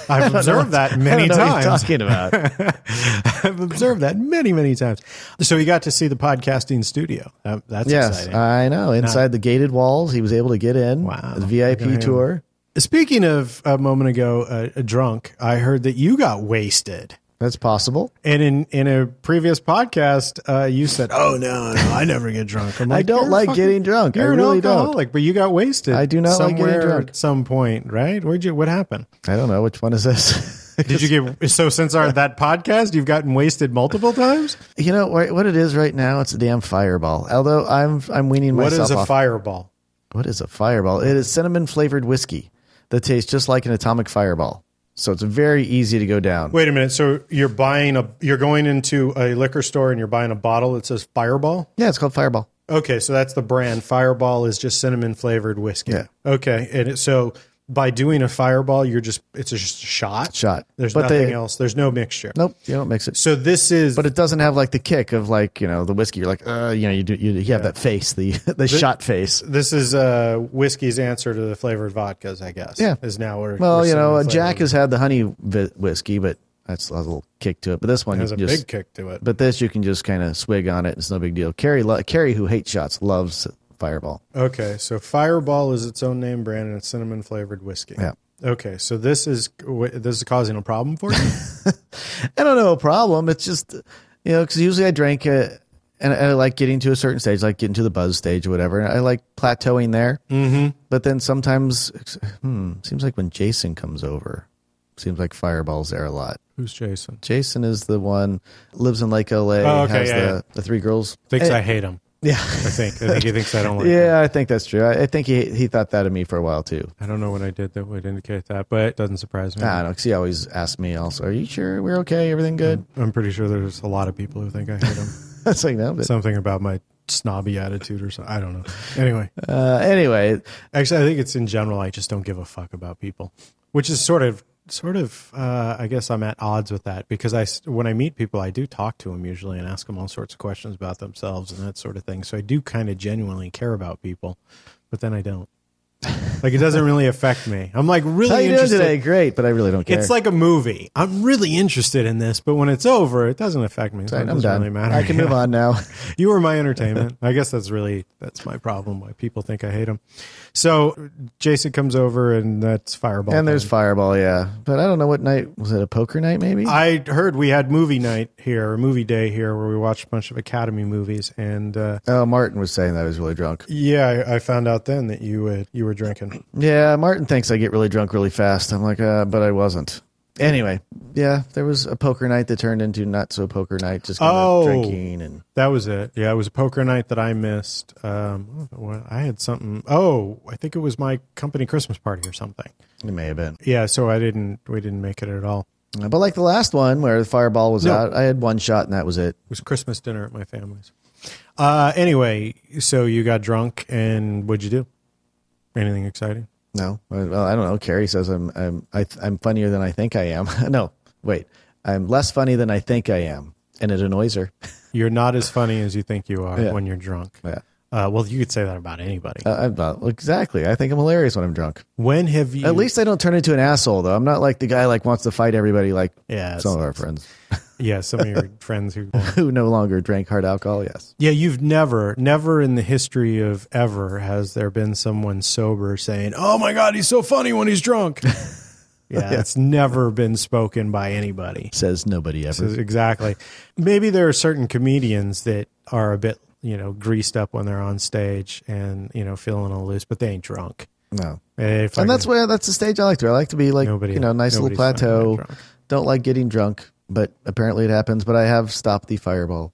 Speaker 1: I've observed that many
Speaker 3: I don't know what he's
Speaker 1: times.
Speaker 3: talking <laughs> about.
Speaker 1: <laughs> I've observed that many, many times. So you got to see the podcasting studio. That, that's
Speaker 3: Yes, uh,
Speaker 1: exciting.
Speaker 3: I know. Inside the gated walls, he was able to get in.
Speaker 1: Wow.
Speaker 3: The VIP tour.
Speaker 1: Speaking of a moment ago, uh, a drunk, I heard that you got wasted.
Speaker 3: That's possible.
Speaker 1: And in, in a previous podcast, uh, you said, "Oh no, no, I never get drunk." I'm like,
Speaker 3: I don't
Speaker 1: "You're a
Speaker 3: like
Speaker 1: fucking-
Speaker 3: getting drunk. I
Speaker 1: You're
Speaker 3: really
Speaker 1: an
Speaker 3: don't.
Speaker 1: alcoholic, but you got wasted.
Speaker 3: I do not like getting
Speaker 1: somewhere
Speaker 3: drunk.
Speaker 1: at some point, right? Where'd you? What happened?
Speaker 3: I don't know which one is this. <laughs>
Speaker 1: Did you get so since our that podcast? You've gotten wasted multiple times.
Speaker 3: you know wh- what it is right now? It's a damn fireball. Although I'm I'm weaning
Speaker 1: What
Speaker 3: myself
Speaker 1: is a
Speaker 3: off.
Speaker 1: fireball?
Speaker 3: what is a fireball? It is cinnamon flavored whiskey that tastes just like an atomic fireball. So it's very easy to go down.
Speaker 1: Wait a minute. So you're buying a you're going into a liquor store and you're buying a bottle that says Fireball.
Speaker 3: Yeah, it's called fireball.
Speaker 1: Okay, so that's the brand. Fireball is just cinnamon flavored whiskey.
Speaker 3: Yeah.
Speaker 1: Okay, and it, so by doing a fireball, you're just it's just a shot.
Speaker 3: Shot.
Speaker 1: There's
Speaker 3: But
Speaker 1: nothing
Speaker 3: they-
Speaker 1: else. There's no mixture.
Speaker 3: Nope, you don't mix it.
Speaker 1: So this is
Speaker 3: But it doesn't have like the kick of like you know the whiskey. You're like uh you know you do you, you have that face the <laughs> the shot face.
Speaker 1: this is uh, whiskey's answer to the flavored vodkas, I guess.
Speaker 3: Yeah.
Speaker 1: is now where
Speaker 3: Well,
Speaker 1: where
Speaker 3: you know,
Speaker 1: cinnamon
Speaker 3: uh, Jack
Speaker 1: flavored-
Speaker 3: has had the honey vi- whiskey, but that's a little kick to it. But this one, you
Speaker 1: has a
Speaker 3: can just,
Speaker 1: big kick to it.
Speaker 3: but this you can just kind of swig on it. It's no big deal. Carrie, lo- Carrie, who hates shots, loves Fireball.
Speaker 1: Okay, so Fireball is its own name brand and it's cinnamon flavored whiskey.
Speaker 3: Yeah.
Speaker 1: Okay, so this is wh- this is causing a problem for
Speaker 3: <laughs>
Speaker 1: you.
Speaker 3: I don't know a problem. It's just you know because usually I drink it, and I like getting to a certain stage, like getting to the buzz stage or whatever. And I like plateauing there. Mm-hmm. But then sometimes, hmm, seems like when Jason comes over, seems like Fireball's there a lot.
Speaker 1: Who's Jason?
Speaker 3: Jason is the one lives in Lake LA.
Speaker 1: Oh, okay,
Speaker 3: has
Speaker 1: yeah,
Speaker 3: the,
Speaker 1: yeah.
Speaker 3: the three girls.
Speaker 1: Thinks
Speaker 3: Eh,
Speaker 1: I hate him.
Speaker 3: yeah.
Speaker 1: I think I think he thinks I don't like. him.
Speaker 3: Yeah, I think that's true. I, I think he he thought that of me for a while too.
Speaker 1: I don't know what I did that would indicate that, but it doesn't surprise me.
Speaker 3: I don't know because he always asked me. Also, are you sure we're okay? Everything good?
Speaker 1: I'm pretty sure there's a lot of people who think I hate him.
Speaker 3: <laughs> That's like no. But,
Speaker 1: Something about my snobby attitude or something. I don't know. Anyway,
Speaker 3: uh, anyway,
Speaker 1: actually, I think it's in general. I just don't give a fuck about people, which is sort of, sort of. Uh, I guess I'm at odds with that because I, s- when I meet people, I do talk to them usually and ask them all sorts of questions about themselves and that sort of thing. So I do kind of genuinely care about people, but then I don't. Like it doesn't really affect me. I'm like really
Speaker 3: how you doing
Speaker 1: interested.
Speaker 3: today? Great, but I really don't care.
Speaker 1: It's like a movie. I'm really interested in this, but when it's over, it doesn't affect me. So it
Speaker 3: I'm
Speaker 1: doesn't
Speaker 3: done.
Speaker 1: really matter.
Speaker 3: I can move on now.
Speaker 1: <laughs> You were my entertainment. I guess that's really that's my problem. Why people think I hate him. So Jason comes over, and that's Fireball.
Speaker 3: and there's
Speaker 1: time.
Speaker 3: Fireball. Yeah, but I don't know what night was it? A poker night maybe?
Speaker 1: I heard we had movie night here, or movie day here, where we watched a bunch of Academy movies, and uh,
Speaker 3: oh, Martin was saying that I was really drunk.
Speaker 1: yeah, I, I found out then that you uh, you were drinking.
Speaker 3: Yeah, Martin thinks I get really drunk really fast. I'm like, uh, but I wasn't. Anyway, yeah, there was a poker night that turned into not so poker night, just kind
Speaker 1: Oh.
Speaker 3: of drinking and
Speaker 1: That was it. Yeah, it was a poker night that I missed. Um, well, I had something. Oh, I think it was my company Christmas party or something.
Speaker 3: it may have been.
Speaker 1: Yeah, so I didn't. We didn't make it at all.
Speaker 3: But like the last one where the fireball was
Speaker 1: No.
Speaker 3: out, I had one shot and that was it.
Speaker 1: It was Christmas dinner at my family's. Uh, anyway, so you got drunk, and what'd you do? Anything exciting?
Speaker 3: No, well, I don't know. Carrie says I'm I'm I, th- I'm funnier than I think I am. <laughs> no, wait, I'm less funny than I think I am, and it annoys her. <laughs>
Speaker 1: You're not as funny as you think you are
Speaker 3: Yeah.
Speaker 1: when you're drunk.
Speaker 3: Yeah.
Speaker 1: Uh, well, you could say that about anybody.
Speaker 3: Uh, I'm not- exactly. I think I'm hilarious when I'm drunk.
Speaker 1: when have you
Speaker 3: At least I don't turn into an asshole though. I'm not like the guy like wants to fight everybody like
Speaker 1: Yeah,
Speaker 3: some of
Speaker 1: it's-
Speaker 3: our friends <laughs>
Speaker 1: Yeah, some of your friends who
Speaker 3: who no longer drank hard alcohol. Yes.
Speaker 1: Yeah, you've never, never in the history of ever has there been someone sober saying, "Oh my god, he's so funny when he's
Speaker 3: <laughs>
Speaker 1: drunk." yeah, it's never been spoken by anybody.
Speaker 3: Says nobody ever.
Speaker 1: Exactly. Maybe there are certain comedians that are a bit, you know, greased up when they're on stage and you know feeling all loose, but they ain't drunk.
Speaker 3: no.
Speaker 1: If I
Speaker 3: And that's
Speaker 1: could-
Speaker 3: where that's the stage I like to. I like to be like
Speaker 1: Nobody-
Speaker 3: you know, nice little
Speaker 1: nobody's funny when
Speaker 3: plateau.
Speaker 1: they're drunk.
Speaker 3: Don't like getting drunk, but apparently it happens. But I have stopped the fireball.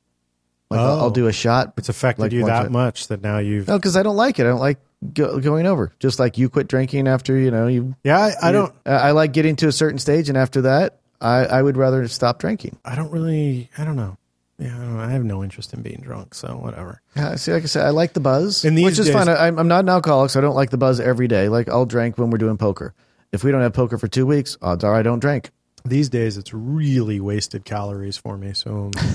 Speaker 3: Like I'll,
Speaker 1: Oh.
Speaker 3: I'll do a shot.
Speaker 1: it's affected
Speaker 3: like
Speaker 1: you
Speaker 3: once
Speaker 1: that
Speaker 3: a-
Speaker 1: much that now you've.
Speaker 3: No, because I don't like it. I don't like go, going over. Just like you quit drinking after you know you.
Speaker 1: Yeah, I, I don't.
Speaker 3: I I like getting to a certain stage, and after that, I, I would rather stop drinking.
Speaker 1: I don't really. I don't know. Yeah, I, don't know. I have no interest in being drunk, so whatever.
Speaker 3: Yeah, See, like I said, I like the buzz,
Speaker 1: In these
Speaker 3: which is
Speaker 1: days-
Speaker 3: fine. I, I'm I'm not an alcoholic, so I don't like the buzz every day. Like I'll drink when we're doing poker. If we don't have poker for two weeks, odds are I don't drink.
Speaker 1: These days, it's really wasted calories for me. So I'm,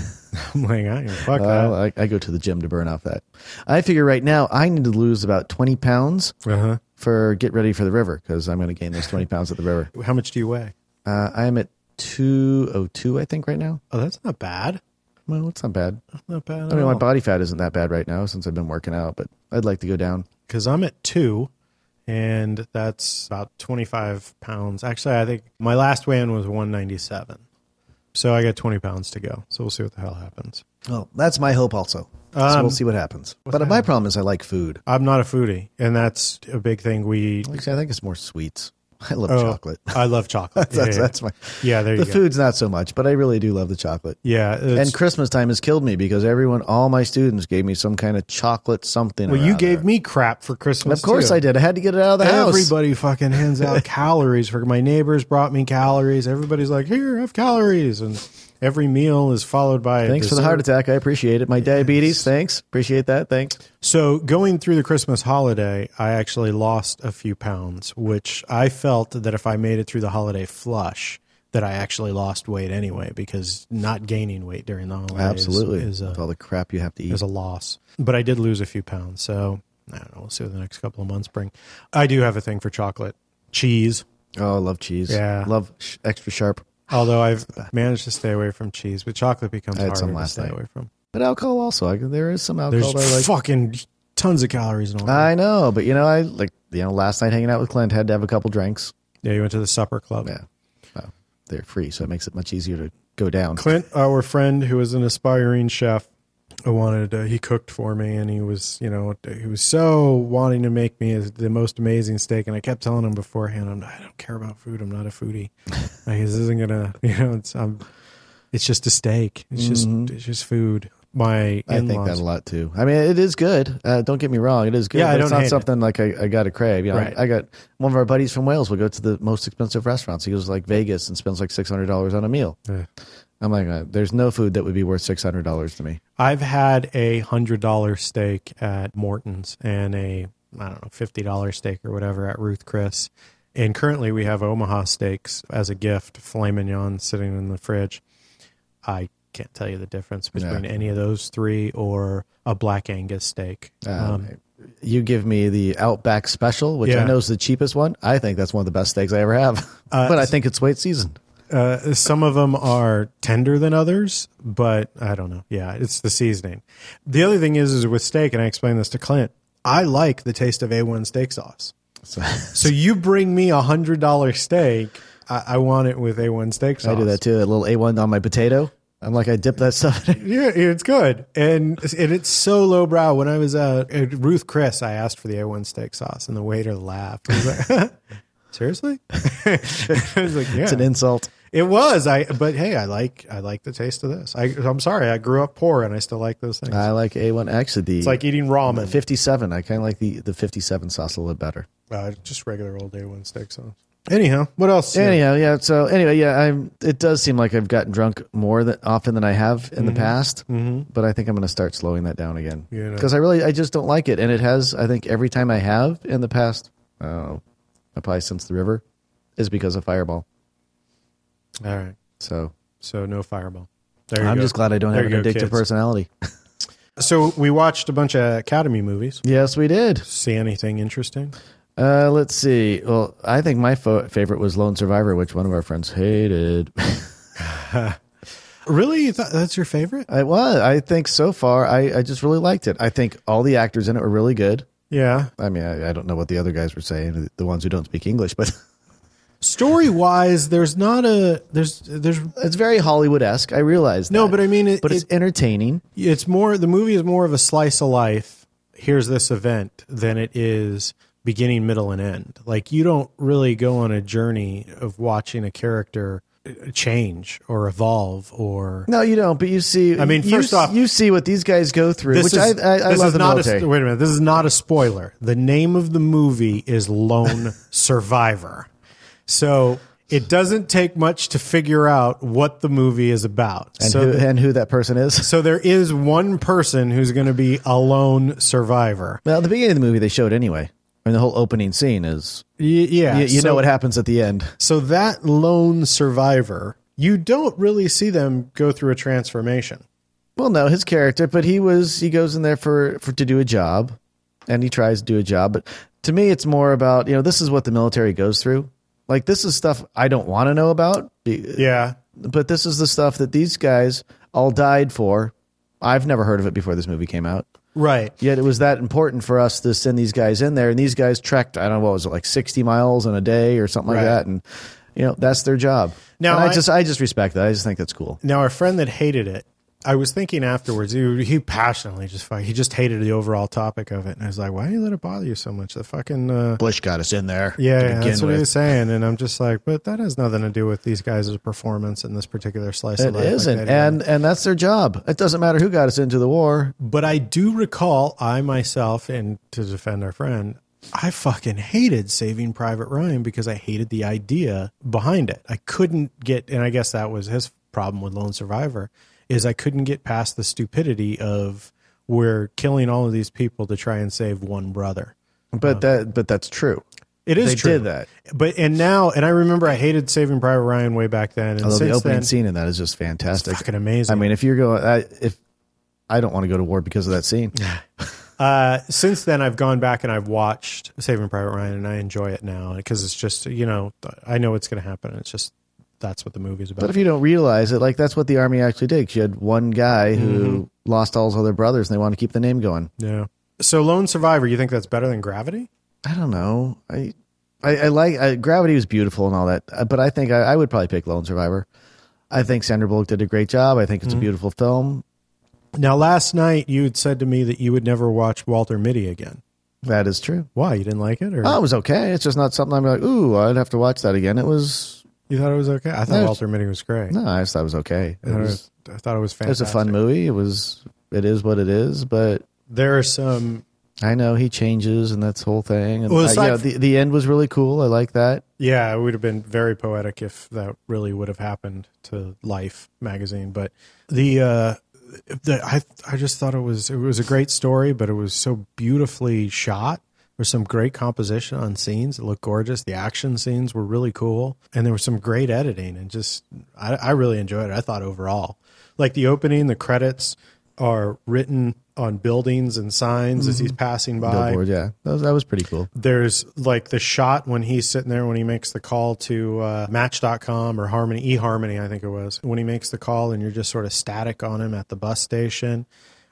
Speaker 1: <laughs> I'm like, I ain't fuck
Speaker 3: Well, I, I go to the gym to burn off that. I figure right now I need to lose about 20 pounds
Speaker 1: that. Uh
Speaker 3: for get ready for the river because I'm going to gain those 20 pounds at the river.
Speaker 1: huh. How much do you weigh?
Speaker 3: Uh, I am at 202, I think, right now.
Speaker 1: Oh, that's not bad.
Speaker 3: Well, it's not bad.
Speaker 1: That's not bad. At
Speaker 3: I mean, my
Speaker 1: all.
Speaker 3: body fat isn't that bad right now since I've been working out, but I'd like to go down.
Speaker 1: because I'm at two, and that's about 25 pounds. Actually, I think my last weigh in was 197. So I got 20 pounds to go. So we'll see what the hell happens.
Speaker 3: Well, that's my hope also. so
Speaker 1: Um,
Speaker 3: we'll see what happens. But my problem is I like food.
Speaker 1: I'm not a foodie, and that's a big thing. We
Speaker 3: Like I said, I think it's more sweets. <laughs> I love
Speaker 1: oh,
Speaker 3: chocolate. <laughs>
Speaker 1: I love chocolate. <laughs>
Speaker 3: That's,
Speaker 1: yeah, yeah.
Speaker 3: that's my.
Speaker 1: yeah, there
Speaker 3: The
Speaker 1: you go.
Speaker 3: food's not so much, but I really do love the chocolate.
Speaker 1: Yeah, it's-
Speaker 3: And Christmas time has killed me because everyone, all my students, gave me some kind of chocolate something.
Speaker 1: well,
Speaker 3: or
Speaker 1: you
Speaker 3: other.
Speaker 1: gave me crap for Christmas.
Speaker 3: Of course,
Speaker 1: too.
Speaker 3: I did. I had to get it out of the house.
Speaker 1: Everybody fucking hands out <laughs> calories. For my neighbors brought me calories. Everybody's like, "Here, have calories." And every meal is followed by a
Speaker 3: Thanks for the heart
Speaker 1: dessert.
Speaker 3: attack. I appreciate it. My diabetes. Thanks. Appreciate that. Thanks.
Speaker 1: So going through the Christmas holiday, I actually lost a few pounds, which I felt that if I made it through the holiday flush, that I actually lost weight anyway because not gaining weight during the holidays
Speaker 3: Absolutely.
Speaker 1: is uh, a,
Speaker 3: With all the crap you have to eat.
Speaker 1: is a loss. But I did lose a few pounds, so I don't know. We'll see what the next couple of months bring. I do have a thing for chocolate, cheese.
Speaker 3: Oh, I love cheese.
Speaker 1: Yeah.
Speaker 3: Love sh- extra sharp.
Speaker 1: Although I've managed to stay away from cheese, but chocolate becomes
Speaker 3: I had
Speaker 1: harder
Speaker 3: some
Speaker 1: to
Speaker 3: last
Speaker 1: stay
Speaker 3: night.
Speaker 1: away from.
Speaker 3: But alcohol also. I, there is some
Speaker 1: There's
Speaker 3: alcohol that I like.
Speaker 1: fucking tons of calories in all. that.
Speaker 3: I know, but you know, I like you know. Last night hanging out with Clint, had to have a couple drinks.
Speaker 1: yeah, you went to the supper club.
Speaker 3: Yeah. Well, they're free, so it makes it much easier to go down.
Speaker 1: Clint, our friend who is an aspiring chef, I wanted uh, he cooked for me, and he was you know he was so wanting to make me the most amazing steak, and I kept telling him beforehand, I'm I don't care about food, I'm not a foodie.
Speaker 3: <laughs>
Speaker 1: like this isn't gonna <laughs> you know it's um it's just a steak, it's just it's just food. My
Speaker 3: Mm-hmm. I think that
Speaker 1: in-laws,
Speaker 3: a lot too. I mean, it is good. Uh, don't get me wrong, it is good.
Speaker 1: Yeah, I
Speaker 3: but
Speaker 1: don't hate it.
Speaker 3: it's not something like I, I got to crave. You know,
Speaker 1: Right.
Speaker 3: I, got one of our buddies from Wales will go to the most expensive restaurants. He goes to, like Vegas and spends like six hundred dollars on a meal.
Speaker 1: Yeah.
Speaker 3: I'm like, uh, there's no food that would be worth six hundred dollars to me.
Speaker 1: I've had a hundred dollar steak at Morton's and a I don't know fifty dollar steak or whatever at Ruth Chris, and currently we have Omaha steaks as a gift, filet mignon sitting in the fridge. I can't tell you the difference between any of those three or a black Angus steak.
Speaker 3: Uh,
Speaker 1: Um,
Speaker 3: You give me the Outback Special, which
Speaker 1: Yeah.
Speaker 3: I know is the cheapest one. I think that's one of the best steaks I ever have, <laughs> but I think it's wait season.
Speaker 1: uh, some of them are tender than others, but I don't know. Yeah, it's the seasoning. The other thing is, is with steak, and I explained this to Clint. I like the taste of A1 steak sauce.
Speaker 3: So,
Speaker 1: <laughs> So you bring me a hundred dollar steak. I, I want it with A1 steak sauce.
Speaker 3: I do that too. That little A1 on my potato. I'm like, I dip that <laughs> stuff. in it.
Speaker 1: Yeah, it's good, and and it's so lowbrow. When I was uh, at Ruth Chris, I asked for the A1 steak sauce, and the waiter laughed. He was like, <laughs> Seriously? <laughs> I was like, yeah,
Speaker 3: It's an insult.
Speaker 1: it was. I but hey, I like I like the taste of this. I, I'm sorry, I grew up poor, and I still like those things.
Speaker 3: I like A1. Actually, the
Speaker 1: it's like eating
Speaker 3: Mm-hmm.
Speaker 1: ramen,
Speaker 3: fifty-seven. I kind of like the the fifty-seven sauce a little bit better.
Speaker 1: uh, just regular old A1 steak sauce. Anyhow, what else?
Speaker 3: Anyhow, yeah. So anyway, yeah, I'm. It does seem like I've gotten drunk more than, often than I have in
Speaker 1: Mm-hmm.
Speaker 3: the past, but I think I'm going to start slowing that down again
Speaker 1: You know.
Speaker 3: because I really, I just don't like it, and it has. I think every time I have in the past, oh, probably since the river, is because of Fireball.
Speaker 1: All right,
Speaker 3: So
Speaker 1: so no fireball. There you
Speaker 3: I'm
Speaker 1: go.
Speaker 3: just glad I don't
Speaker 1: There
Speaker 3: have
Speaker 1: you
Speaker 3: an
Speaker 1: go,
Speaker 3: addictive
Speaker 1: kids.
Speaker 3: personality. <laughs>
Speaker 1: So we watched a bunch of Academy movies.
Speaker 3: Yes, we did.
Speaker 1: See anything interesting?
Speaker 3: Uh, let's see. Well, I think my fo- favorite was Lone Survivor, which one of our friends hated. <laughs>
Speaker 1: Really? You thought that's your favorite?
Speaker 3: I was. I think so far, I, I just really liked it. I think all the actors in it were really good.
Speaker 1: Yeah.
Speaker 3: I mean, I, I don't know what the other guys were saying, the ones who don't speak English, but <laughs>
Speaker 1: Story wise, there's not a there's there's
Speaker 3: it's very Hollywood esque. I realize
Speaker 1: no,
Speaker 3: that.
Speaker 1: but I mean, it,
Speaker 3: but it's entertaining.
Speaker 1: it's more the movie is more of a slice of life here's this event than it is beginning middle and end like you don't really go on a journey of watching a character uh, change or evolve or
Speaker 3: No, you don't. But you see, I
Speaker 1: mean,
Speaker 3: you,
Speaker 1: first off-
Speaker 3: you see what these guys go through, which I, I, I
Speaker 1: this
Speaker 3: love
Speaker 1: is
Speaker 3: the
Speaker 1: not
Speaker 3: military.
Speaker 1: a wait a minute this is not a spoiler the name of the movie is
Speaker 3: <laughs>
Speaker 1: lone survivor so it doesn't take much to figure out what the movie is about
Speaker 3: and,
Speaker 1: so
Speaker 3: who, and who that person is.
Speaker 1: so there is one person who's going to be a lone survivor
Speaker 3: Well, at the beginning of the movie, they showed anyway. I mean, the whole opening scene is
Speaker 1: Y- yeah,
Speaker 3: you, you
Speaker 1: so,
Speaker 3: know what happens at the end.
Speaker 1: So that lone survivor, you don't really see them go through a transformation.
Speaker 3: Well, no, his character, but he was he goes in there for for to do a job, and he tries to do a job. But to me, it's more about you know this is what the military goes through. Like this is stuff I don't want to know about, be-
Speaker 1: Yeah,
Speaker 3: but this is the stuff that these guys all died for. I've never heard of it before this movie came out.
Speaker 1: right.
Speaker 3: Yet it was that important for us to send these guys in there, and these guys trekked. I don't know what was it like sixty miles in a day or something
Speaker 1: Right.
Speaker 3: like that, and you know that's their job.
Speaker 1: Now,
Speaker 3: Now I,
Speaker 1: I-
Speaker 3: just I just respect that. I just think that's cool.
Speaker 1: Now, our friend that hated it, I was thinking afterwards, he, he passionately just fuck- he just hated the overall topic of it, and I was like, why do you let it bother you so much? The fucking uh,
Speaker 3: Bush got us in there.
Speaker 1: yeah,
Speaker 3: to
Speaker 1: yeah, that's
Speaker 3: begin
Speaker 1: what he
Speaker 3: with.
Speaker 1: was saying, and I'm just like, but that has nothing to do with these guys' performance in this particular slice of
Speaker 3: It
Speaker 1: life. like
Speaker 3: isn't,
Speaker 1: that.
Speaker 3: and and that's their job. It doesn't matter who got us into the war.
Speaker 1: But I do recall I myself, and to defend our friend, I fucking hated Saving Private Ryan because I hated the idea behind it. I couldn't get, and I guess that was his problem with Lone Survivor, is I couldn't get past the stupidity of we're killing all of these people to try and save one brother.
Speaker 3: But that but that's true.
Speaker 1: It is
Speaker 3: They
Speaker 1: true.
Speaker 3: did that.
Speaker 1: But and now, and I remember I hated Saving Private Ryan way back then, and
Speaker 3: Although the
Speaker 1: since
Speaker 3: opening
Speaker 1: then,
Speaker 3: scene in that is just fantastic.
Speaker 1: fucking amazing.
Speaker 3: I mean, if you're going, I, if I don't want to go to war because of that scene.
Speaker 1: Uh, since then, I've gone back and I've watched Saving Private Ryan, and I enjoy it now because it's just you know I know what's going to happen. It's just that's what the movie's
Speaker 3: But
Speaker 1: about.
Speaker 3: if you don't realize it, like that's what the army actually did. 'cause You had one guy who
Speaker 1: Mm-hmm.
Speaker 3: lost all his other brothers, and they want to keep the name going.
Speaker 1: yeah. So Lone Survivor, you think that's better than Gravity?
Speaker 3: I don't know. I I, I like I, Gravity was beautiful and all that, uh, but I think I, I would probably pick Lone Survivor. I think Sandra Bullock did a great job. I
Speaker 1: Mm-hmm.
Speaker 3: think it's a beautiful film.
Speaker 1: Now, last night you had said to me that you would never watch Walter Mitty again.
Speaker 3: That is true.
Speaker 1: Why you didn't like it, or
Speaker 3: Oh, it was okay. It's just not something I'm like, ooh, I'd have to watch that again. It was
Speaker 1: you thought it was okay? I thought
Speaker 3: No.
Speaker 1: Walter Mitty was great.
Speaker 3: no, I just thought it was okay. It
Speaker 1: I, thought it
Speaker 3: was,
Speaker 1: was, I thought it was
Speaker 3: it was a
Speaker 1: fantastic.
Speaker 3: fun movie. It was it is what it is, but
Speaker 1: There are some
Speaker 3: I know he changes and that's the whole thing. And
Speaker 1: Well,
Speaker 3: I-
Speaker 1: aside
Speaker 3: yeah,
Speaker 1: f-
Speaker 3: the the end was really cool. I like that.
Speaker 1: Yeah, it would have been very poetic if that really would have happened to Life magazine. But the uh, the I I just thought it was it was a great story, but it was so beautifully shot. There's some great composition on scenes that looked gorgeous. The action scenes were really cool, and there was some great editing. And just I, I really enjoyed it. I thought overall, like the opening, the credits are written on buildings and signs as he's passing by
Speaker 3: Billboard, yeah, that was, that was pretty cool.
Speaker 1: there's like the shot when he's sitting there when he makes the call to uh, match.com or harmony eharmony i think it was when he makes the call and you're just sort of static on him at the bus station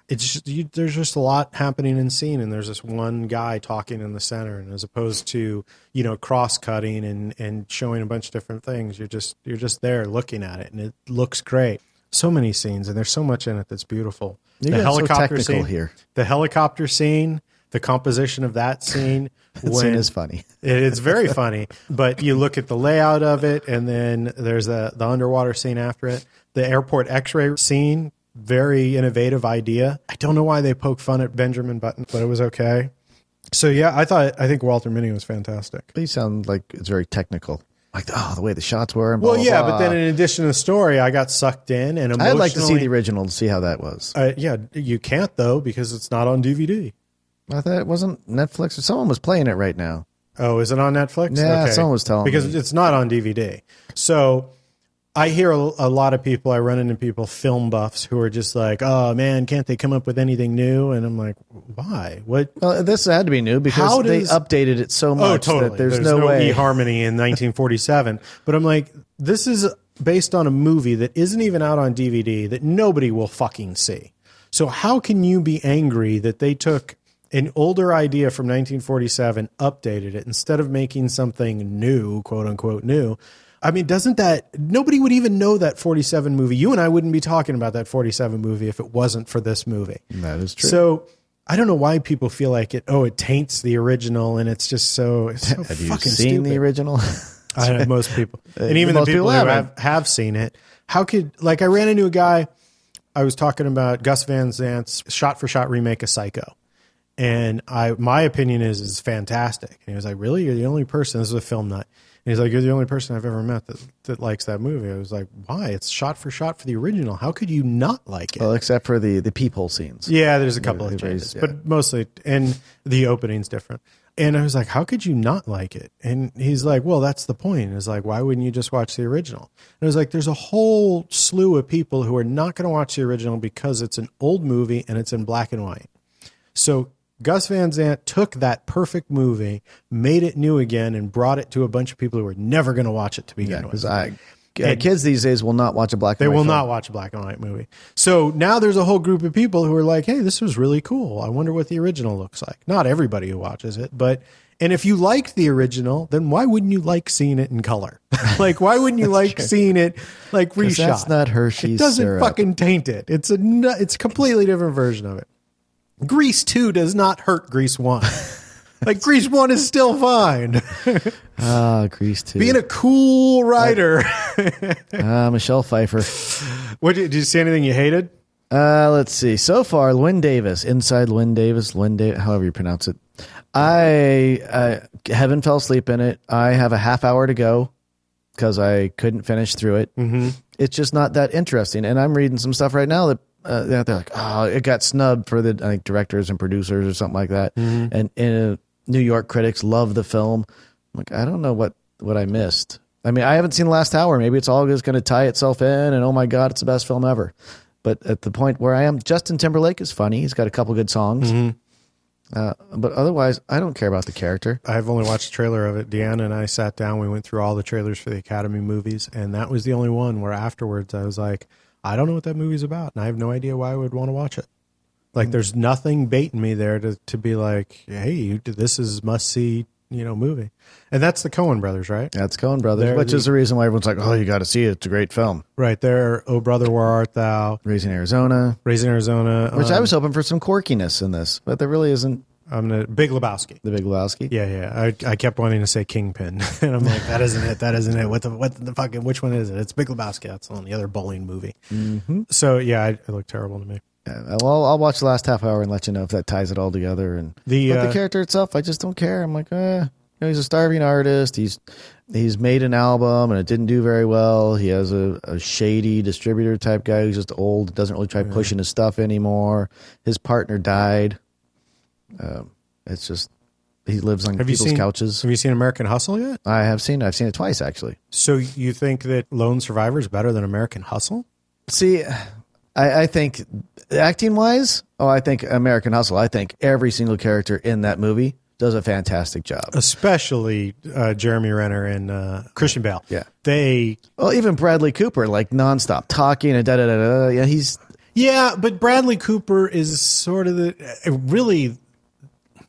Speaker 1: it's just, you, there's just a lot happening in scene and there's this one guy talking in the center and as opposed to you know cross cutting and and showing a bunch of different things you're just you're just there looking at it and it looks great so many scenes and there's so much in it that's beautiful
Speaker 3: You're getting so technical here.
Speaker 1: the helicopter scene, the composition of <laughs> that scene.
Speaker 3: That scene is funny. <laughs>
Speaker 1: It- it's <laughs> very funny, but you look at the layout of it, and then there's the the underwater scene after it. The airport X-ray scene, very innovative idea. I don't know why they poke fun at Benjamin Button, but it was okay. So yeah, I thought I think Walter Minnie was fantastic.
Speaker 3: But you sound like it's very technical. Like oh, the way the shots were. And blah,
Speaker 1: Well,
Speaker 3: blah,
Speaker 1: yeah,
Speaker 3: blah.
Speaker 1: but then in addition to the story, I got sucked in and emotionally.
Speaker 3: I'd like to see the original to see how that was.
Speaker 1: Uh, yeah, you can't though because it's not on DVD.
Speaker 3: I thought it wasn't Netflix or someone was playing it right now.
Speaker 1: Oh, is it on Netflix?
Speaker 3: Yeah, someone was telling
Speaker 1: because
Speaker 3: me.
Speaker 1: it's not on DVD. So I hear a, a lot of people, I run into people, film buffs, who are just like, oh man, can't they come up with anything new? And I'm like, why? What?
Speaker 3: Well, this had to be new because
Speaker 1: How
Speaker 3: they
Speaker 1: does- Oh,
Speaker 3: updated it so much that there's, no,
Speaker 1: E
Speaker 3: way.
Speaker 1: eHarmony in 1947. but I'm like, this is based on a movie that isn't even out on DVD that nobody will fucking see. So how can you be angry that they took an older idea from 1947, updated it instead of making something new, quote unquote new? I mean, doesn't that nobody would even know that 47 movie? You and I wouldn't be talking about that 47 movie if it wasn't for this movie.
Speaker 3: that is true.
Speaker 1: So I don't know why people feel like it. Oh, it taints the original, and it's just so. It's so
Speaker 3: <laughs> Have you
Speaker 1: fucking
Speaker 3: seen
Speaker 1: stupid.
Speaker 3: the original? Uh,
Speaker 1: I know most
Speaker 3: <laughs>
Speaker 1: people, and even the
Speaker 3: most
Speaker 1: people,
Speaker 3: people
Speaker 1: who have,
Speaker 3: haven't.
Speaker 1: have seen it. How could like I ran into a guy. I was talking about Gus Van Zant's shot for shot remake of Psycho, and I my opinion is is fantastic. And he was like, "Really? You're the only person." This is a film nut. And he's like, "You're the only person I've ever met that that likes that movie." I was like, "Why? It's shot for shot for the original. How could you not like it?"
Speaker 3: <laughs> well, except for the the peephole scenes.
Speaker 1: Yeah, there's a couple of
Speaker 3: it
Speaker 1: changes,
Speaker 3: varies,
Speaker 1: but mostly, and the opening's different. And I was like, how could you not like it? And he's like, well, that's the point. And it's like, why wouldn't you just watch the original? And I was like, there's a whole slew of people who are not going to watch the original because it's an old movie and it's in black and white. So Gus Van Zant took that perfect movie, made it new again, and brought it to a bunch of people who were never going to watch it to begin with.
Speaker 3: Because I, uh, kids these days will not watch a black.
Speaker 1: They will not watch a black and white movie. So now there's a whole group of people who are like, hey, this was really cool. I wonder what the original looks like. Not everybody who watches it, but and if you liked the original, then why wouldn't you like seeing it in <laughs> color? like why wouldn't you like seeing it like reshot?
Speaker 3: That's not Hershey's
Speaker 1: it doesn't
Speaker 3: syrup.
Speaker 1: fucking taint it. It's a nu- it's a completely different version of it. Grease 2 does not hurt Grease <laughs> 1. like Grease 1 is still fine.
Speaker 3: Ah, Grease too.
Speaker 1: Being a cool writer.
Speaker 3: Ah, Michelle Pfeiffer.
Speaker 1: <laughs> what did you see anything you hated?
Speaker 3: Uh, let's see. So far, Lynn Davis, inside Lynn Davis, Lynn Davis, however you pronounce it. I uh, haven't fell asleep in it. I have a half hour to go because I couldn't finish through it. Mm-hmm. It's just not that interesting. And I'm reading some stuff right now that uh, they're they're like, oh, it got snubbed for the like, directors and producers or something like that. And, and uh, New York critics love the film. I'm like, I don't know what what I missed. I mean, I haven't seen the last hour. Maybe it's all just going to tie itself in, and oh my god, it's the best film ever. But at the point where I am, Justin Timberlake is funny. He's got a couple good songs. Uh, but otherwise, I don't care about the character.
Speaker 1: I've only watched a trailer of it. Deanna and I sat down. We went through all the trailers for the Academy movies, and that was the only one where afterwards I was like, I don't know what that movie's about, and I have no idea why I would want to watch it. Like, there's nothing baiting me there to, to be like, hey, you, this is must see, you know, movie. And that's the Cohen brothers, right?
Speaker 3: That's Coen Brothers,
Speaker 1: They're
Speaker 3: which
Speaker 1: the-
Speaker 3: is the reason why everyone's like, "Oh, you got to see it. It's a great film."
Speaker 1: Right there. Oh, brother, where art thou?
Speaker 3: Raising Arizona,
Speaker 1: Raising Arizona.
Speaker 3: which
Speaker 1: um,
Speaker 3: I was hoping for some quirkiness in this, but there really isn't.
Speaker 1: I'm gonna Big Lebowski.
Speaker 3: The Big Lebowski.
Speaker 1: Yeah, yeah. I, I kept wanting to say Kingpin, <laughs> and I'm like, that isn't it. That isn't it. What the what the fucking which one is it? It's Big Lebowski. That's on the other bowling movie.
Speaker 3: Mm-hmm.
Speaker 1: So yeah, I, it looked terrible to me.
Speaker 3: Uh, well, I'll watch the last half hour and let you know if that ties it all together. And
Speaker 1: The,
Speaker 3: but
Speaker 1: uh,
Speaker 3: the character itself, I just don't care. I'm like, eh. You know, he's a starving artist. He's he's made an album and it didn't do very well. He has a, a shady distributor type guy who's just old, doesn't really try pushing his stuff anymore. His partner died. Um, it's just he lives on
Speaker 1: Have you
Speaker 3: people's
Speaker 1: seen
Speaker 3: couches.
Speaker 1: Have you seen American Hustle yet?
Speaker 3: I have seen. it. I've seen it twice actually.
Speaker 1: So you think that Lone Survivor is better than American Hustle?
Speaker 3: See, I, I think acting wise, oh, I think American Hustle. I think every single character in that movie does a fantastic job.
Speaker 1: Especially uh, Jeremy Renner and uh, Christian Bale.
Speaker 3: Yeah.
Speaker 1: they.
Speaker 3: Well, even Bradley Cooper, like nonstop talking and da da da da. Yeah, he's
Speaker 1: Yeah, but Bradley Cooper is sort of the uh, really.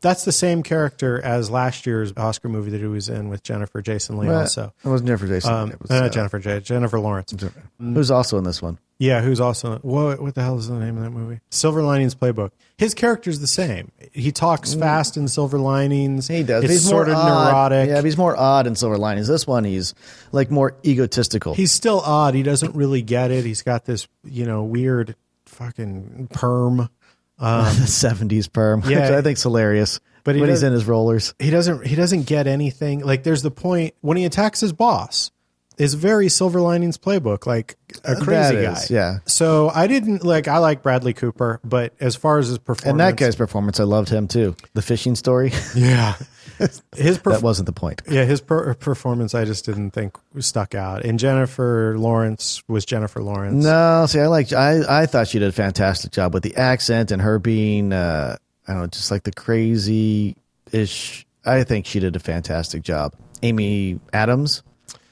Speaker 1: That's the same character as last year's Oscar movie that he was in with Jennifer Jason Leigh. also,
Speaker 3: it uh, wasn't Jennifer Jason.
Speaker 1: Um,
Speaker 3: it was,
Speaker 1: no, not
Speaker 3: uh,
Speaker 1: Jennifer J. Jennifer Lawrence.
Speaker 3: who's also in this one?
Speaker 1: Yeah, who's also what? What the hell is the name of that movie? Silver Linings Playbook. His character's the same. He talks fast in Silver Linings.
Speaker 3: Mm. He does.
Speaker 1: It's
Speaker 3: he's
Speaker 1: sort
Speaker 3: more
Speaker 1: of
Speaker 3: odd.
Speaker 1: neurotic.
Speaker 3: Yeah, but he's more odd in Silver Linings. This one, he's like more egotistical.
Speaker 1: he's still odd. He doesn't really get it. He's got this, you know, weird fucking perm.
Speaker 3: the Um, seventies perm, <laughs> which
Speaker 1: Yeah.
Speaker 3: I think's hilarious.
Speaker 1: But
Speaker 3: But
Speaker 1: he
Speaker 3: when he's
Speaker 1: does-
Speaker 3: in his rollers,
Speaker 1: He doesn't. He doesn't get anything. Like there's the point when he attacks his boss. Is very Silver Linings Playbook like a crazy
Speaker 3: That
Speaker 1: guy.
Speaker 3: is, yeah.
Speaker 1: So I didn't like. I like Bradley Cooper, but as far as his performance,
Speaker 3: and that guy's performance, I loved him too. The fishing story. <laughs>
Speaker 1: Yeah. <laughs> His
Speaker 3: That
Speaker 1: perf-
Speaker 3: wasn't the point.
Speaker 1: yeah, his per- performance I just didn't think stuck out. And Jennifer Lawrence was Jennifer Lawrence.
Speaker 3: No, see, I like I I thought she did a fantastic job with the accent and her being uh I don't know, just like the crazy ish. I think she did a fantastic job. Amy Adams,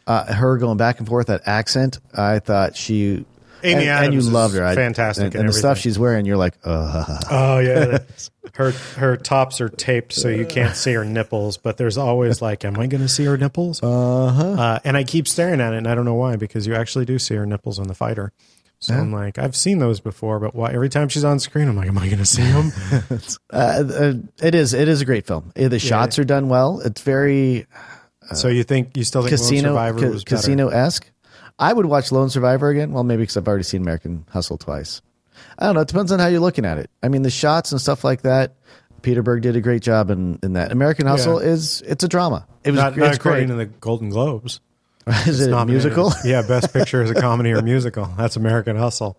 Speaker 3: uh, her going back and forth that accent, I thought she.
Speaker 1: Amy
Speaker 3: and, and
Speaker 1: Adams
Speaker 3: you
Speaker 1: is
Speaker 3: loved her, I-
Speaker 1: fantastic
Speaker 3: and,
Speaker 1: in
Speaker 3: and the stuff
Speaker 1: everything.
Speaker 3: she's wearing, you're like, uh,
Speaker 1: Oh yeah, that's- <laughs> her her tops are taped so you can't see her nipples. But there's always like, am I going to see her nipples? Uh-huh. And I keep staring at it, and I don't know why because you actually do see her nipples on the fighter. So I'm like, I've seen those before, but why? Every time she's on screen, I'm like, am I going to see
Speaker 3: <laughs>
Speaker 1: them?
Speaker 3: uh, uh, it is, it is a great film. Uh, The shots are done well. It's very
Speaker 1: so you think you still think Lone
Speaker 3: casino,
Speaker 1: Survivor
Speaker 3: ca-
Speaker 1: was better?
Speaker 3: casino esque. I would watch Lone Survivor again. Well, maybe because I've already seen American Hustle twice. I don't know. It depends on how you're looking at it. I mean, the shots and stuff like that. Peter Berg did a great job in, in that. American Hustle is it's a drama. It was
Speaker 1: Not,
Speaker 3: it's
Speaker 1: not according
Speaker 3: great.
Speaker 1: to the Golden Globes. <laughs>
Speaker 3: is it a
Speaker 1: Nominated.
Speaker 3: musical?
Speaker 1: yeah, Best Picture is a comedy or musical. That's American Hustle.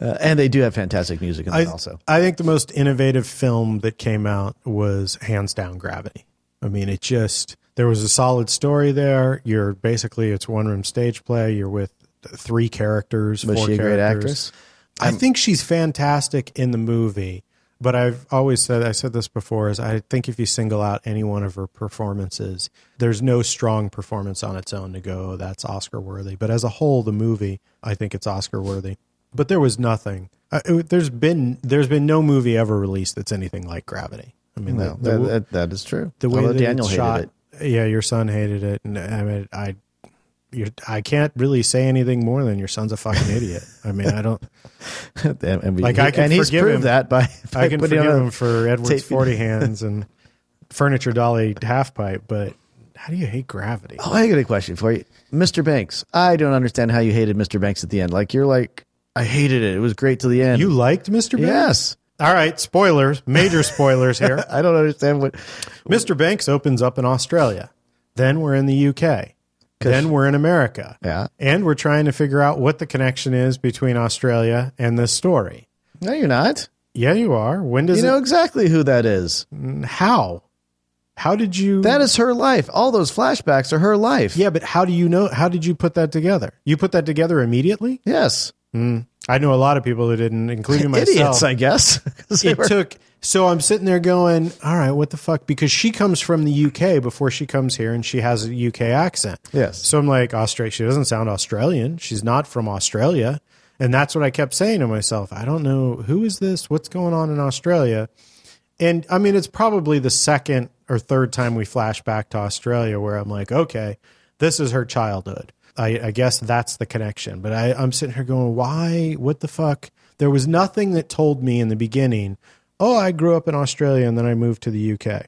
Speaker 3: Uh, <laughs> and they do have fantastic music in
Speaker 1: I,
Speaker 3: that also.
Speaker 1: I think the most innovative film that came out was hands down Gravity. I mean, it just there was a solid story there. You're basically it's one room stage play. You're with three characters.
Speaker 3: Was
Speaker 1: four
Speaker 3: she a great
Speaker 1: characters.
Speaker 3: actress?
Speaker 1: I think she's fantastic in the movie, but I've always said I said this before is I think if you single out any one of her performances, there's no strong performance on its own to go "Oh, that's Oscar worthy. But as a whole, the movie I think it's Oscar worthy. But there was nothing. Uh, it- there's been there's been no movie ever released that's anything like Gravity. I mean,
Speaker 3: No,
Speaker 1: the, the,
Speaker 3: that, that, that is true.
Speaker 1: the way
Speaker 3: Although
Speaker 1: that
Speaker 3: Daniel
Speaker 1: it's
Speaker 3: hated
Speaker 1: shot,
Speaker 3: it.
Speaker 1: yeah, your son hated it, and I mean, I, you're, I can't really say anything more than your son's a fucking idiot. I mean, I don't.
Speaker 3: <laughs> And- and, we-
Speaker 1: Like, I can
Speaker 3: and he's
Speaker 1: forgive
Speaker 3: proved
Speaker 1: him.
Speaker 3: that by, <laughs> by
Speaker 1: I can
Speaker 3: putting
Speaker 1: forgive
Speaker 3: on a-
Speaker 1: him for Edward's
Speaker 3: tape-
Speaker 1: forty hands and furniture dolly half pipe, but how do you hate gravity?
Speaker 3: Oh, I got a question for you. Mr. Banks. I don't understand how you hated Mr. Banks at the end. Like you're like, I hated it. It was great to the end.
Speaker 1: You liked Mr. Banks?
Speaker 3: Yes.
Speaker 1: All right, spoilers, major spoilers here.
Speaker 3: I don't understand what
Speaker 1: Mr. Banks opens up in Australia. Then we're in the UK. Then we're in America.
Speaker 3: Yeah.
Speaker 1: And we're trying to figure out what the connection is between Australia and this story.
Speaker 3: No, you're not.
Speaker 1: Yeah, you are. When does
Speaker 3: You know exactly who that is.
Speaker 1: it how? How did you
Speaker 3: That is her life. All those flashbacks are her life.
Speaker 1: Yeah, but how do you know how did you put that together? You put that together immediately?
Speaker 3: Yes.
Speaker 1: I know a lot of people who didn't, including myself.
Speaker 3: <laughs> Idiots, I guess. <laughs> 'Cause they
Speaker 1: it
Speaker 3: were-
Speaker 1: took. So I'm sitting there going, "All right, what the fuck?" Because she comes from the UK before she comes here, and she has a UK accent.
Speaker 3: Yes.
Speaker 1: So I'm like, Australia. She doesn't sound Australian. She's not from Australia, and that's what I kept saying to myself. I don't know who is this. What's going on in Australia? And I mean, it's probably the second or third time we flash back to Australia where I'm like, okay, this is her childhood. I, I guess that's the connection. But I, I'm sitting here going, why? What the fuck? There was nothing that told me in the beginning, oh, I grew up in Australia and then I moved to the UK.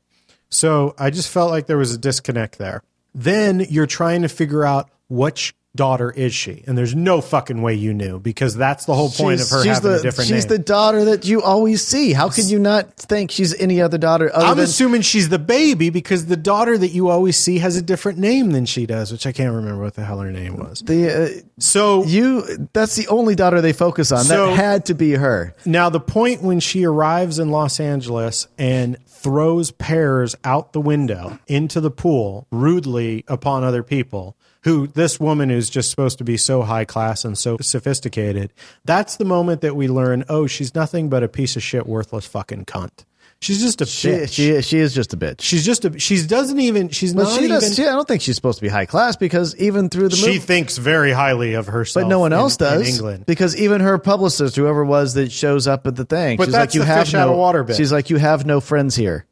Speaker 1: So I just felt like there was a disconnect there. Then you're trying to figure out which daughter is she, and there's no fucking way you knew because that's the whole point of her
Speaker 3: she's
Speaker 1: having
Speaker 3: the,
Speaker 1: a different
Speaker 3: she's
Speaker 1: name.
Speaker 3: the daughter that you always see. How could you not think she's any other daughter other
Speaker 1: I'm
Speaker 3: than
Speaker 1: assuming she's the baby because the daughter that you always see has a different name than she does, which I can't remember what the hell her name was.
Speaker 3: the uh,
Speaker 1: So
Speaker 3: you that's the only daughter they focus on.
Speaker 1: So-
Speaker 3: that had to be her.
Speaker 1: now the point when she arrives in Los Angeles and throws pears out the window into the pool rudely upon other people, who this woman is just supposed to be so high class and so sophisticated, that's the moment that we learn, oh, she's nothing but a piece of shit, worthless fucking cunt. She's just a
Speaker 3: She,
Speaker 1: bitch.
Speaker 3: she she is just a bitch.
Speaker 1: she's just a. She doesn't even. She's
Speaker 3: But
Speaker 1: not
Speaker 3: she
Speaker 1: even.
Speaker 3: does. She, I don't think she's supposed to be high class because even through the
Speaker 1: she
Speaker 3: movie,
Speaker 1: thinks very highly of herself.
Speaker 3: but no one
Speaker 1: in-
Speaker 3: else does.
Speaker 1: in England.
Speaker 3: because even her publicist, whoever it was that shows up at the thing,
Speaker 1: But
Speaker 3: she's
Speaker 1: that's
Speaker 3: like, "You
Speaker 1: the
Speaker 3: have
Speaker 1: fish
Speaker 3: no
Speaker 1: out of water bit.
Speaker 3: She's like, "You have no friends here."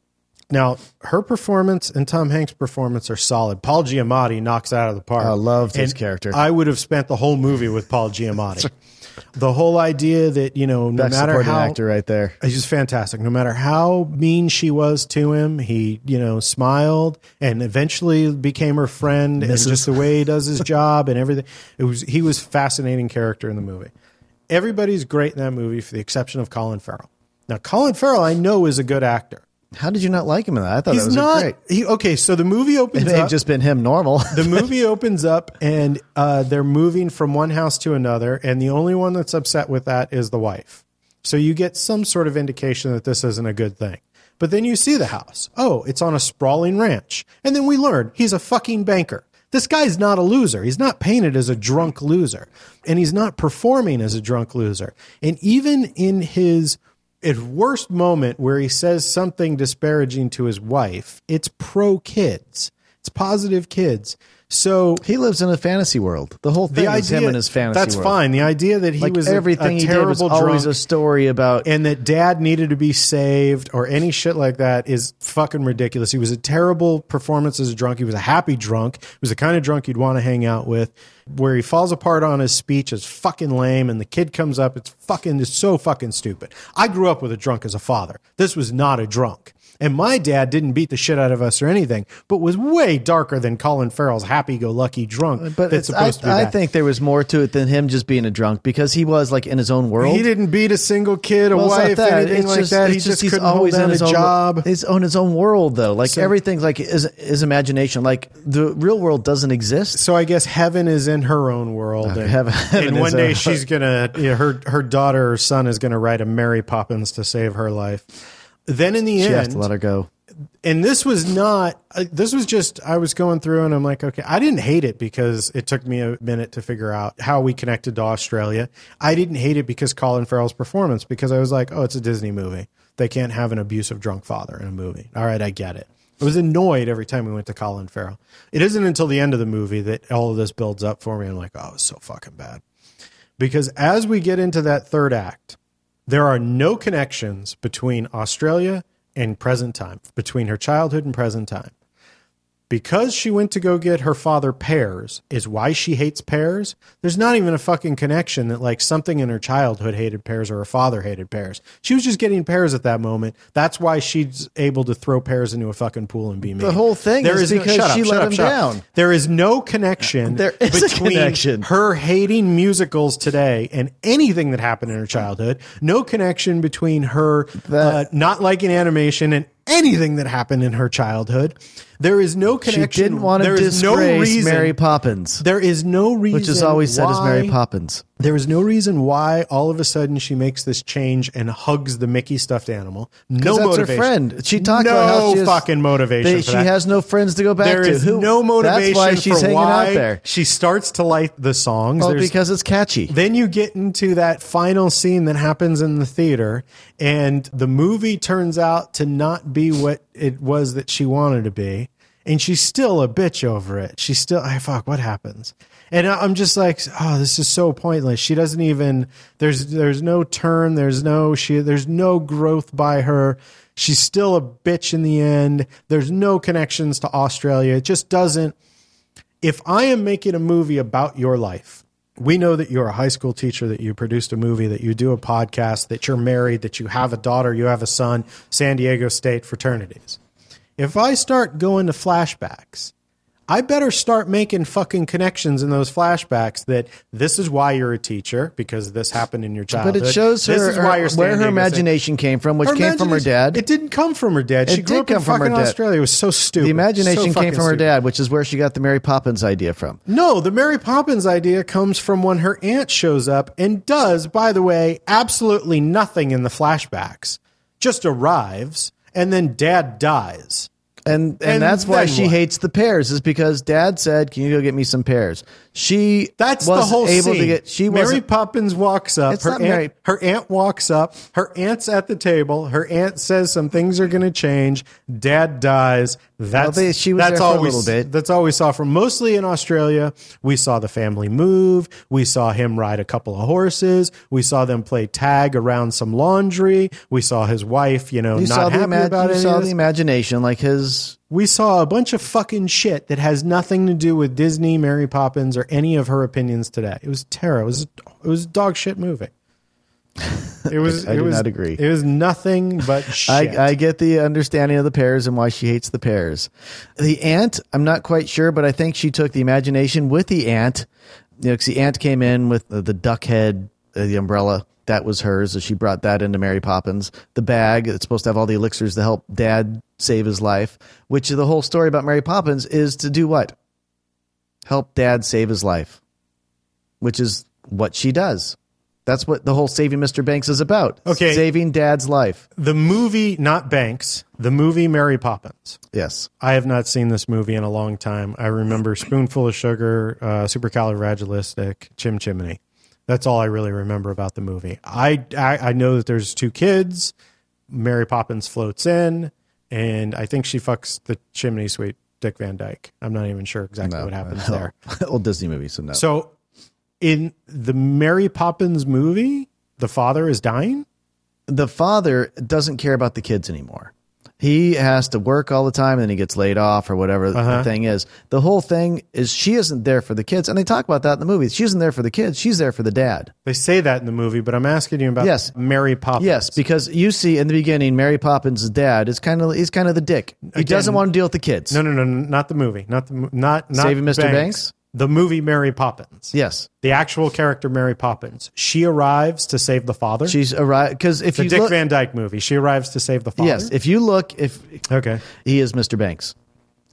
Speaker 1: Now her performance and Tom Hanks' performance are solid. Paul Giamatti knocks it out of the park. I
Speaker 3: loved his character.
Speaker 1: I would have spent the whole movie with Paul
Speaker 3: <laughs>
Speaker 1: Giamatti. the whole idea that you know, no
Speaker 3: That's
Speaker 1: matter
Speaker 3: supporting
Speaker 1: how
Speaker 3: actor right there.
Speaker 1: He's just fantastic. No matter how mean she was to him, he, you know, smiled and eventually became her friend and just the way he does <laughs> his job and everything. It was he was fascinating character in the movie. Everybody's great in that movie for the exception of Colin Farrell. Now Colin Farrell I know is a good actor.
Speaker 3: How did you not like him in that? I thought that
Speaker 1: He's
Speaker 3: was
Speaker 1: not
Speaker 3: great.
Speaker 1: he, okay, so the movie opens
Speaker 3: It may
Speaker 1: up
Speaker 3: have just been him normal. <laughs>
Speaker 1: the movie opens up and uh, they're moving from one house to another and the only one that's upset with that is the wife so you get some sort of indication that this isn't a good thing But then you see the house. Oh, it's on a sprawling ranch. And then we learn he's a fucking banker. This guy's not a loser. He's not painted as a drunk loser. And he's not performing as a drunk loser. And even in his at worst moment where he says something disparaging to his wife, it's pro kids. It's positive kids. So
Speaker 3: He lives in a fantasy world. The whole thing
Speaker 1: the
Speaker 3: is
Speaker 1: idea
Speaker 3: him and his fantasy
Speaker 1: That's
Speaker 3: world.
Speaker 1: fine. The idea that he
Speaker 3: Like
Speaker 1: was a-
Speaker 3: everything
Speaker 1: a
Speaker 3: he did was
Speaker 1: terrible drunk
Speaker 3: always a story about
Speaker 1: and that dad needed to be saved or any shit like that is fucking ridiculous. He was a terrible performance as a drunk. He was a happy drunk. He was the kind of drunk you'd want to hang out with. Where he falls apart on his speech is fucking lame, and the kid comes up. It's fucking it's so fucking stupid. I grew up with a drunk as a father. This was not a drunk. And my dad didn't beat the shit out of us or anything, but was way darker than Colin Farrell's happy-go-lucky drunk.
Speaker 3: Uh, but
Speaker 1: that's
Speaker 3: it's- I,
Speaker 1: supposed to be
Speaker 3: I
Speaker 1: bad.
Speaker 3: think there was more to it than him just being a drunk because he was like in his own world.
Speaker 1: he didn't beat a single kid, a
Speaker 3: Well, it's not
Speaker 1: wife,
Speaker 3: that.
Speaker 1: anything
Speaker 3: It's
Speaker 1: like that. He
Speaker 3: it's
Speaker 1: just, couldn't hold down a
Speaker 3: own,
Speaker 1: job.
Speaker 3: He's on his own world though. Like everything's like his, his imagination. Like the real world doesn't exist.
Speaker 1: so I guess heaven is in her own world. and,
Speaker 3: heaven- heaven
Speaker 1: and
Speaker 3: is
Speaker 1: one day
Speaker 3: a-
Speaker 1: she's gonna you know, her her daughter or son is gonna write a Mary Poppins to save her life. Then in the
Speaker 3: You have
Speaker 1: end,
Speaker 3: to let her go.
Speaker 1: and this was not uh, this was just i was going through and i'm like okay i didn't hate it because it took me a minute to figure out how we connected to australia i didn't hate it because colin farrell's performance because i was like oh it's a disney movie they can't have an abusive drunk father in a movie all right i get it i was annoyed every time we went to colin farrell it isn't until the end of the movie that all of this builds up for me i'm like oh it's so fucking bad because as we get into that third act, there are no connections between Australia and present time, between her childhood and present time. Because she went to go get her father pears, is why she hates pears. There's not even a fucking connection that, like, something in her childhood hated pears or her father hated pears. She was just getting pears at that moment. That's why she's able to throw pears into a fucking pool and be mean.
Speaker 3: The whole thing is
Speaker 1: no-
Speaker 3: because
Speaker 1: shut up,
Speaker 3: she
Speaker 1: shut
Speaker 3: let
Speaker 1: up,
Speaker 3: him
Speaker 1: shut up.
Speaker 3: down.
Speaker 1: There is no connection
Speaker 3: There is a
Speaker 1: between
Speaker 3: connection.
Speaker 1: her hating musicals today and anything that happened in her childhood. No connection between her uh, not liking animation and anything that happened in her childhood. There is no
Speaker 3: She
Speaker 1: connection.
Speaker 3: didn't want to
Speaker 1: there is
Speaker 3: disgrace
Speaker 1: no reason.
Speaker 3: Mary Poppins,
Speaker 1: there is no reason.
Speaker 3: which is always said as Mary
Speaker 1: why-
Speaker 3: Poppins.
Speaker 1: There is no reason why all of a sudden she makes this change and hugs the Mickey stuffed animal. No
Speaker 3: that's
Speaker 1: motivation.
Speaker 3: her friend. She talked
Speaker 1: no
Speaker 3: about how she has-
Speaker 1: fucking motivation.
Speaker 3: They,
Speaker 1: for
Speaker 3: she
Speaker 1: that.
Speaker 3: has no friends to go back
Speaker 1: There
Speaker 3: to.
Speaker 1: is
Speaker 3: Who-
Speaker 1: no motivation
Speaker 3: That's why she's
Speaker 1: for
Speaker 3: hanging
Speaker 1: why
Speaker 3: out there. Oh,
Speaker 1: She starts to like the songs.
Speaker 3: Well,
Speaker 1: There's-
Speaker 3: because it's catchy.
Speaker 1: then you get into that final scene that happens in the theater, and the movie turns out to not be what it was that she wanted to be. And she's still a bitch over it. She's still, I fuck, what happens? And I- I'm just like, oh, this is so pointless. She doesn't even, there's, there's no turn. There's no, she, there's no growth by her. She's still a bitch in the end. There's no connections to Australia. It just doesn't, if I am making a movie about your life, we know that you're a high school teacher, that you produced a movie, that you do a podcast, that you're married, that you have a daughter, you have a son, San Diego State fraternities. If I start going to flashbacks, I better start making fucking connections in those flashbacks that this is why you're a teacher because this happened in your childhood.
Speaker 3: But it shows her,
Speaker 1: this is
Speaker 3: her-
Speaker 1: why you're San
Speaker 3: where her
Speaker 1: Diego State.
Speaker 3: imagination came from, which
Speaker 1: Her
Speaker 3: came from her
Speaker 1: imagination-
Speaker 3: dad.
Speaker 1: It didn't come from her dad. She
Speaker 3: It
Speaker 1: grew
Speaker 3: did
Speaker 1: up in
Speaker 3: come from her
Speaker 1: fucking
Speaker 3: dad.
Speaker 1: Australia. It was so stupid.
Speaker 3: the
Speaker 1: So
Speaker 3: imagination
Speaker 1: fucking
Speaker 3: came from her
Speaker 1: stupid.
Speaker 3: dad, which is where she got the Mary Poppins idea from.
Speaker 1: No, the Mary Poppins idea comes from when her aunt shows up and does, by the way, absolutely nothing in the flashbacks. Just arrives, and then dad dies.
Speaker 3: And and,
Speaker 1: And
Speaker 3: that's why
Speaker 1: then
Speaker 3: she
Speaker 1: what?
Speaker 3: hates the pears is because dad said, "Can you go get me some pears?" She
Speaker 1: That's the
Speaker 3: wasn't
Speaker 1: whole
Speaker 3: able
Speaker 1: scene.
Speaker 3: to get. She
Speaker 1: Mary
Speaker 3: was
Speaker 1: Poppins walks up.
Speaker 3: It's
Speaker 1: Her
Speaker 3: not
Speaker 1: aunt,
Speaker 3: Mary-
Speaker 1: her aunt walks up. Her aunt's at the table. Her aunt says some things are going to change. Dad dies. That's
Speaker 3: they- she was
Speaker 1: that's
Speaker 3: there for
Speaker 1: all
Speaker 3: a
Speaker 1: we
Speaker 3: little
Speaker 1: s-
Speaker 3: bit.
Speaker 1: That's all we saw from mostly in Australia. We saw the family move. We saw him ride a couple of horses. We saw them play tag around some laundry. We saw his wife, you know,
Speaker 3: You
Speaker 1: not
Speaker 3: saw the
Speaker 1: happy
Speaker 3: ima-
Speaker 1: about
Speaker 3: you
Speaker 1: it.
Speaker 3: saw the imagination, like his.
Speaker 1: We saw a bunch of fucking shit that has nothing to do with Disney, Mary Poppins, or any of her opinions today. It was terror. It was it was a dog shit
Speaker 3: <laughs>
Speaker 1: movie. It was.
Speaker 3: I
Speaker 1: it
Speaker 3: do
Speaker 1: was,
Speaker 3: not agree.
Speaker 1: It was nothing but shit.
Speaker 3: I, I get the understanding of the pears and why she hates the pears. The aunt, I'm not quite sure, but I think she took the imagination with the aunt. You know, 'cause the aunt came in with the, the duck head, uh, the umbrella that was hers, so she brought that into Mary Poppins. The bag that's supposed to have all the elixirs to help Dad save his life, which the whole story about Mary Poppins is to do what? Help Dad save his life, which is what she does. That's what the whole saving Mr. Banks is about.
Speaker 1: Okay.
Speaker 3: Saving dad's life.
Speaker 1: The movie, not Banks, the movie Mary Poppins.
Speaker 3: Yes.
Speaker 1: I have not seen this movie in a long time. I remember Spoonful of Sugar, uh, Supercalifragilistic, Chim Chimney. That's all I really remember about the movie. I, I, I know that there's two kids. Mary Poppins floats in, and I think she fucks the chimney sweep, Dick Van Dyke. I'm not even sure exactly what happens
Speaker 3: <laughs>
Speaker 1: there.
Speaker 3: Old Disney movie, so no.
Speaker 1: So, in the Mary Poppins movie, the father is dying.
Speaker 3: the father doesn't care about the kids anymore. He has to work all the time and then he gets laid off or whatever
Speaker 1: Uh-huh.
Speaker 3: the thing is. The whole thing is she isn't there for the kids. And they talk about that in the movie. She isn't there for the kids. She's there for the dad.
Speaker 1: They say that in the movie, but I'm asking you about
Speaker 3: Yes.
Speaker 1: Mary Poppins.
Speaker 3: Yes, because you see in the beginning, Mary Poppins' dad is kind of he's kind of the dick. He doesn't want to deal with the kids.
Speaker 1: No, no, no, no, not the movie. Not the mo- not not
Speaker 3: Saving Mr. Banks?
Speaker 1: The movie Mary Poppins.
Speaker 3: Yes,
Speaker 1: The actual character Mary Poppins. She arrives to save the father.
Speaker 3: she's arrived because if
Speaker 1: the
Speaker 3: you
Speaker 1: Dick
Speaker 3: look,
Speaker 1: Van Dyke movie. She arrives to save the father.
Speaker 3: yes, if you look, if
Speaker 1: Okay.
Speaker 3: he is Mr. Banks,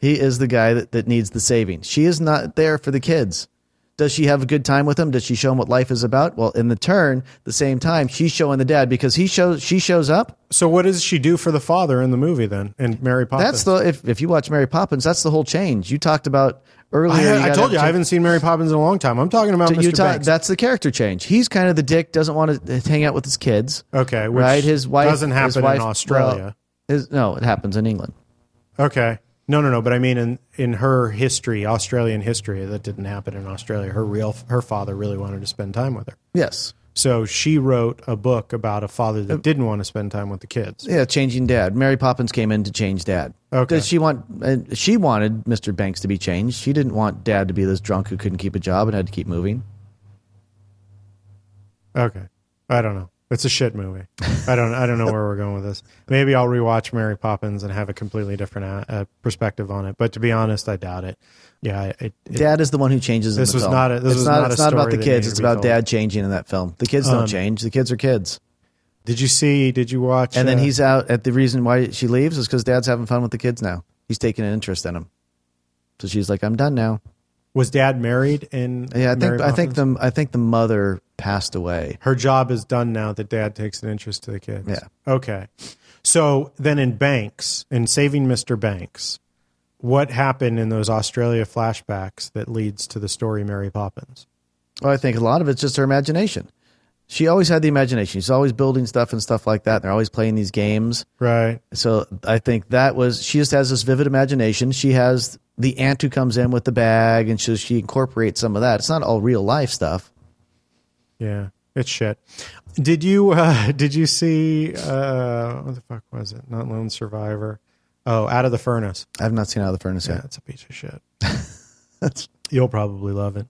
Speaker 3: he is the guy that, that needs the saving. She is not there for the kids. Does she have a good time with him? Does she show him what life is about? Well, in the turn, the same time, she's showing the dad because he shows she shows up.
Speaker 1: So what does she do for the father in the movie then? In Mary Poppins.
Speaker 3: That's the if, if you watch Mary Poppins, that's the whole change you talked about earlier.
Speaker 1: I, I
Speaker 3: got
Speaker 1: told you
Speaker 3: into-
Speaker 1: I haven't seen Mary Poppins in a long time. I'm talking about
Speaker 3: to
Speaker 1: Mr.
Speaker 3: Utah.
Speaker 1: Banks.
Speaker 3: That's the character change. He's kind of the dick, doesn't want to hang out with his kids.
Speaker 1: okay. Which
Speaker 3: right? His wife
Speaker 1: doesn't
Speaker 3: his
Speaker 1: happen
Speaker 3: wife-
Speaker 1: in Australia.
Speaker 3: well, his- no, it happens in England.
Speaker 1: okay. No, no, no. But I mean, in in her history, Australian history, that didn't happen in Australia. Her real her father really wanted to spend time with her.
Speaker 3: Yes.
Speaker 1: So she wrote a book about a father
Speaker 3: Uh,
Speaker 1: that didn't want to spend time with the kids.
Speaker 3: Yeah, changing dad. Mary Poppins came in to change dad.
Speaker 1: Okay.
Speaker 3: Does she want? And she wanted Mr. Banks to be changed. She didn't want dad to be this drunk who couldn't keep a job and had to keep moving.
Speaker 1: Okay. I don't know. It's a shit movie. I don't. I don't know where we're going with this. Maybe I'll rewatch Mary Poppins and have a completely different uh, uh, perspective on it. But to be honest, I doubt it. Yeah. It, it,
Speaker 3: Dad is the one who changes.
Speaker 1: This
Speaker 3: in the
Speaker 1: was
Speaker 3: film.
Speaker 1: not a- this
Speaker 3: it's
Speaker 1: was
Speaker 3: not.
Speaker 1: not a
Speaker 3: it's not about
Speaker 1: story
Speaker 3: the
Speaker 1: that
Speaker 3: kids.
Speaker 1: needed
Speaker 3: It's
Speaker 1: to be
Speaker 3: about
Speaker 1: told. Um,
Speaker 3: dad changing in that film. The kids don't change. The kids are kids.
Speaker 1: did you see? Did you watch?
Speaker 3: And then
Speaker 1: uh,
Speaker 3: he's out at the reason why she leaves is because dad's having fun with the kids now. He's taking an interest in them. So she's like, I'm done now.
Speaker 1: was dad married in.
Speaker 3: Yeah, I
Speaker 1: Mary
Speaker 3: think I think
Speaker 1: Poppins?
Speaker 3: the I think the mother passed away.
Speaker 1: her job is done now that dad takes an interest to the kids.
Speaker 3: Yeah.
Speaker 1: Okay. So then in Banks, in Saving Mr. Banks, what happened in those Australia flashbacks that leads to the story Mary Poppins?
Speaker 3: Well, I think a lot of it's just her imagination. She always had the imagination. She's always building stuff and stuff like that. And they're always playing these games.
Speaker 1: Right.
Speaker 3: So I think that was she just has this vivid imagination. She has the aunt who comes in with the bag, and so she incorporates some of that. It's not all real life stuff.
Speaker 1: Yeah. It's shit. Did you uh <laughs> did you see uh what the fuck was it? Not Lone Survivor. Oh, Out of the Furnace.
Speaker 3: I've not seen out of the furnace yet.
Speaker 1: That's a piece of
Speaker 3: <laughs>
Speaker 1: shit. You'll probably love it.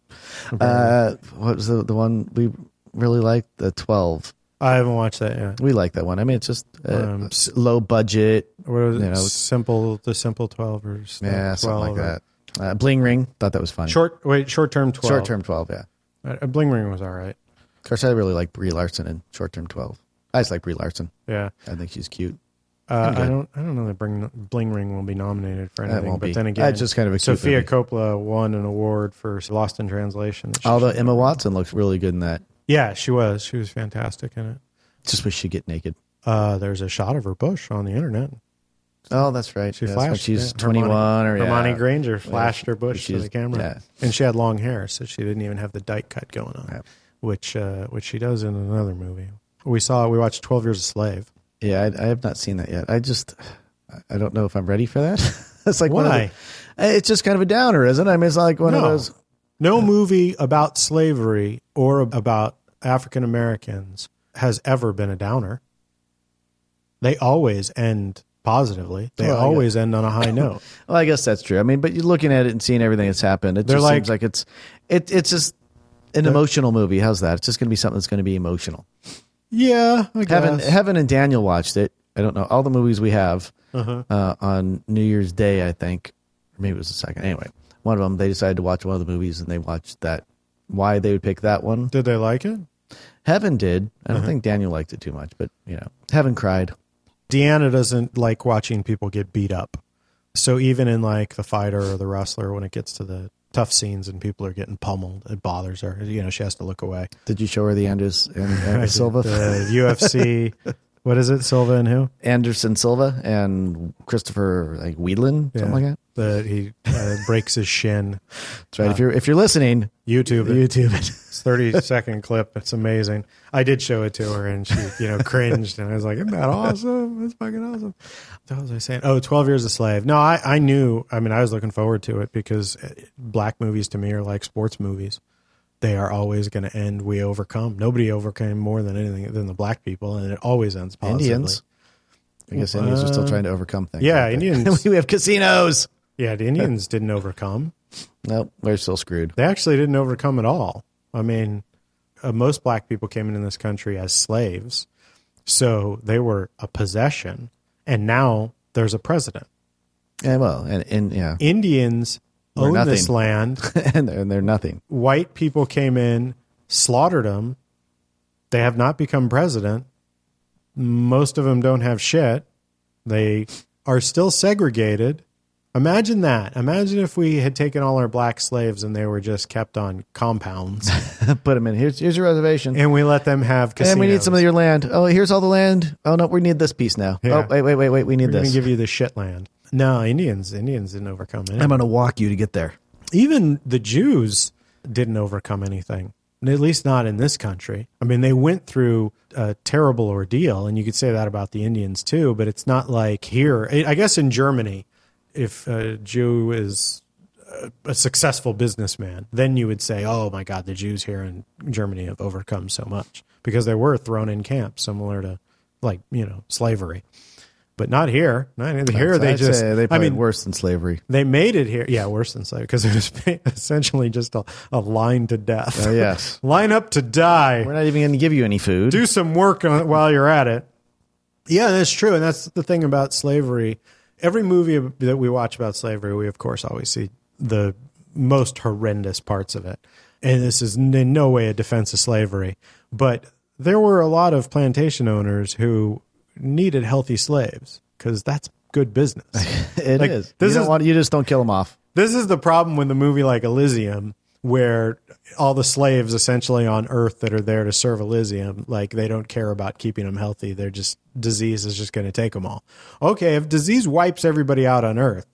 Speaker 3: Uh, what was the the one we really liked? The twelve.
Speaker 1: I haven't watched that yet.
Speaker 3: We like that one. I mean, it's just uh,
Speaker 1: Um,
Speaker 3: s- low budget.
Speaker 1: What was
Speaker 3: You
Speaker 1: it?
Speaker 3: know.
Speaker 1: Simple the simple twelve or
Speaker 3: Yeah, something
Speaker 1: 12
Speaker 3: like
Speaker 1: or-
Speaker 3: that. Uh, Bling Ring. Thought that was funny.
Speaker 1: Short wait, short term twelve.
Speaker 3: Short term twelve. Yeah.
Speaker 1: Uh, Bling Ring was all right.
Speaker 3: Of course, I really like Brie Larson in Short Term 12. I just like Brie Larson.
Speaker 1: Yeah,
Speaker 3: I think she's cute.
Speaker 1: uh, I
Speaker 3: good.
Speaker 1: don't. I don't know that Bling, Bling Ring will be nominated for anything.
Speaker 3: won't
Speaker 1: but
Speaker 3: be.
Speaker 1: then again,
Speaker 3: That's just kind of a cute
Speaker 1: Sophia
Speaker 3: movie.
Speaker 1: Coppola won an award for Lost in Translation. She-
Speaker 3: Although Emma Watson looks really good in that.
Speaker 1: yeah, she was. She was fantastic in it.
Speaker 3: Just wish she'd get naked.
Speaker 1: Uh, there's a shot of her bush on the internet.
Speaker 3: Oh, that's right.
Speaker 1: She
Speaker 3: That's when
Speaker 1: flashed.
Speaker 3: She's
Speaker 1: yeah.
Speaker 3: 21 or yeah.
Speaker 1: Hermione Granger flashed her bush to
Speaker 3: she's-
Speaker 1: the camera,
Speaker 3: yeah.
Speaker 1: and she had long hair, so she didn't even have the dyke cut going on, which uh, which she does in another movie. We saw. We watched Twelve Years a Slave.
Speaker 3: Yeah, I, I have not seen that yet. I just, I- I don't know if I'm ready for that. <laughs> it's like one of
Speaker 1: Why?
Speaker 3: the- it's just kind of a downer, isn't it? I mean, it's like one of
Speaker 1: No.
Speaker 3: those.
Speaker 1: No movie about slavery or about African Americans has ever been a downer. They always end positively. They
Speaker 3: Well, yeah.
Speaker 1: always end on a high note.
Speaker 3: Well, I guess that's true. I mean, but you're looking at it and seeing everything that's happened. It
Speaker 1: They're
Speaker 3: just
Speaker 1: like-
Speaker 3: seems like it's, it, it's just an emotional movie. How's that? It's just going to be something that's going to be emotional.
Speaker 1: <laughs> yeah, I
Speaker 3: Heaven,
Speaker 1: guess.
Speaker 3: Heaven and Daniel watched it. I don't know all the movies we have
Speaker 1: Uh-huh.
Speaker 3: uh, on New Year's Day. I think, or maybe it was the second. Anyway, one of them they decided to watch one of the movies and they watched that. Why they would pick that one?
Speaker 1: Did they like it?
Speaker 3: Heaven did. I don't
Speaker 1: Uh-huh.
Speaker 3: think Daniel liked it too much, but you know, Heaven cried.
Speaker 1: Deanna doesn't like watching people get beat up. So even in like the fighter or the wrestler, when it gets to the tough scenes and people are getting pummeled. It bothers her. You know, she has to look away.
Speaker 3: Did you show her the Anders
Speaker 1: <laughs>
Speaker 3: and, and Silva?
Speaker 1: The <laughs> UFC. What is it? Silva and who?
Speaker 3: Anderson Silva and Christopher like Wheedlin, something like that.
Speaker 1: The, he uh, breaks his shin.
Speaker 3: That's right. if you're if you're listening,
Speaker 1: YouTube. it.
Speaker 3: YouTube it.
Speaker 1: It's thirty second clip. It's amazing. I did show it to her, and she, you know, cringed, and I was like, "Isn't that awesome? That's fucking awesome." What was I saying? Oh, 12 Years a Slave. No, I, I knew. I mean, I was looking forward to it because eh, black movies to me are like sports movies. They are always going to end. We overcome. Nobody overcame more than anything than the black people, and it always ends positively.
Speaker 3: Indians. I guess Indians are still trying to overcome things.
Speaker 1: Uh,
Speaker 3: <laughs>
Speaker 1: Yeah,
Speaker 3: aren't they?
Speaker 1: Indians.
Speaker 3: we have casinos.
Speaker 1: Yeah, the Indians didn't overcome.
Speaker 3: Nope, we're still screwed.
Speaker 1: They actually didn't overcome at all. I mean, uh, most black people came into this country as slaves, so they were a possession, and now there's a president.
Speaker 3: Yeah, well, and, and yeah,
Speaker 1: Indians
Speaker 3: We're
Speaker 1: own this
Speaker 3: nothing.
Speaker 1: land.
Speaker 3: <laughs> and they're, and they're nothing. <laughs>
Speaker 1: White people came in, slaughtered them. They have not become president. Most of them don't have shit. They are still segregated. Imagine that. Imagine if we had taken all our black slaves and they were just kept on compounds. <laughs>
Speaker 3: Put them in. Here's here's your reservation.
Speaker 1: and we let them have casinos.
Speaker 3: and we need some of your land. Oh, here's all the land. Oh no, we need this piece now.
Speaker 1: Yeah.
Speaker 3: Oh wait, wait, wait, wait. We need
Speaker 1: We're going to
Speaker 3: this.
Speaker 1: give you the shit land. No, Indians. Indians didn't overcome
Speaker 3: I'm
Speaker 1: anything.
Speaker 3: going to walk you to get there.
Speaker 1: Even the Jews didn't overcome anything. and At least not in this country. I mean, they went through a terrible ordeal, and you could say that about the Indians too. But it's not like here. I I guess in Germany, if a Jew is a successful businessman, then you would say, "Oh my God, the Jews here in Germany have overcome so much because they were thrown in camps, similar to like you know slavery." But not here. Not here.
Speaker 3: So
Speaker 1: they
Speaker 3: I'd
Speaker 1: just.
Speaker 3: say they
Speaker 1: I
Speaker 3: probably
Speaker 1: mean,
Speaker 3: worse
Speaker 1: <laughs>
Speaker 3: than slavery.
Speaker 1: they made it here. Yeah, worse than slavery because it was <laughs> essentially just a, a line to death.
Speaker 3: Oh, yes.
Speaker 1: <laughs> line up to die
Speaker 3: We're not even going to give you any food.
Speaker 1: do some work on, while you're at it. Yeah, that's true, and that's the thing about slavery. Every movie that we watch about slavery, we of course always see the most horrendous parts of it, and this is in no way a defense of slavery. But there were a lot of plantation owners who needed healthy slaves because that's good business. <laughs>
Speaker 3: It is.
Speaker 1: Like,
Speaker 3: You,
Speaker 1: this
Speaker 3: don't
Speaker 1: is-
Speaker 3: want, you just don't kill them off.
Speaker 1: This is the problem with the movie like Elysium, where all the slaves essentially on Earth that are there to serve Elysium, like they don't care about keeping them healthy. They're just disease is just going to take them all. Okay, if disease wipes everybody out on Earth,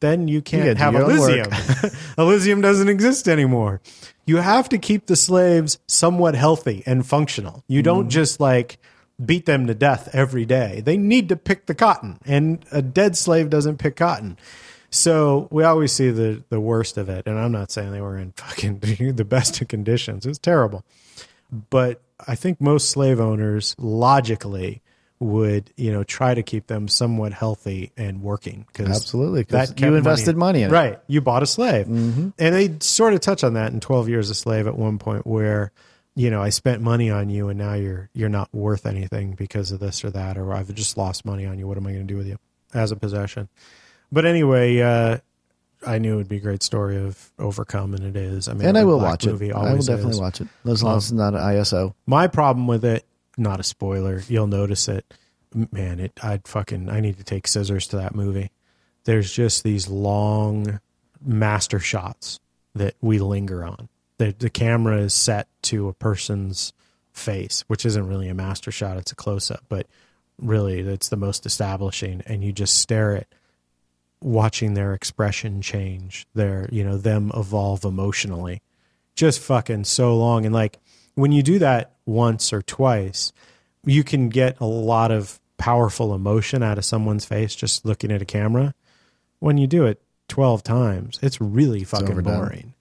Speaker 1: then you can't
Speaker 3: gotta
Speaker 1: have
Speaker 3: do your own
Speaker 1: Elysium. <laughs> Elysium doesn't exist anymore. You have to keep the slaves somewhat healthy and functional. You don't
Speaker 3: Mm-hmm.
Speaker 1: just like beat them to death every day. They need to pick the cotton, and a dead slave doesn't pick cotton. So we always see the the worst of it, and I'm not saying they were in fucking <laughs> the best of conditions. It was terrible but I think most slave owners logically would you know try to keep them somewhat healthy and working because
Speaker 3: Absolutely, 'cause you invested money in it. Mm-hmm.
Speaker 1: right you bought a slave and they sort of touch on that in 12 years a slave at one point where you know I spent money on you and now you're you're not worth anything because of this or that or I've just lost money on you what am I going to do with you as a possession but anyway uh I knew it would be a great story of overcome and it is I mean
Speaker 3: And I
Speaker 1: the
Speaker 3: will
Speaker 1: Black
Speaker 3: watch it.
Speaker 1: movie
Speaker 3: I will
Speaker 1: always
Speaker 3: definitely
Speaker 1: is.
Speaker 3: watch it. As long as it's not an ISO.
Speaker 1: My problem with it, not a spoiler, you'll notice it. Man, it I'd fucking I need to take scissors to that movie. There's just these long master shots that we linger on. The the camera is set to a person's face, which isn't really a master shot, it's a close up, but really it's the most establishing and you just stare at watching their expression change, their, you know, them evolve emotionally. Just fucking so long. And like when you do that once or twice, you can get a lot of powerful emotion out of someone's face just looking at a camera. When you do it 12 times, it's really fucking
Speaker 3: overdone.
Speaker 1: boring.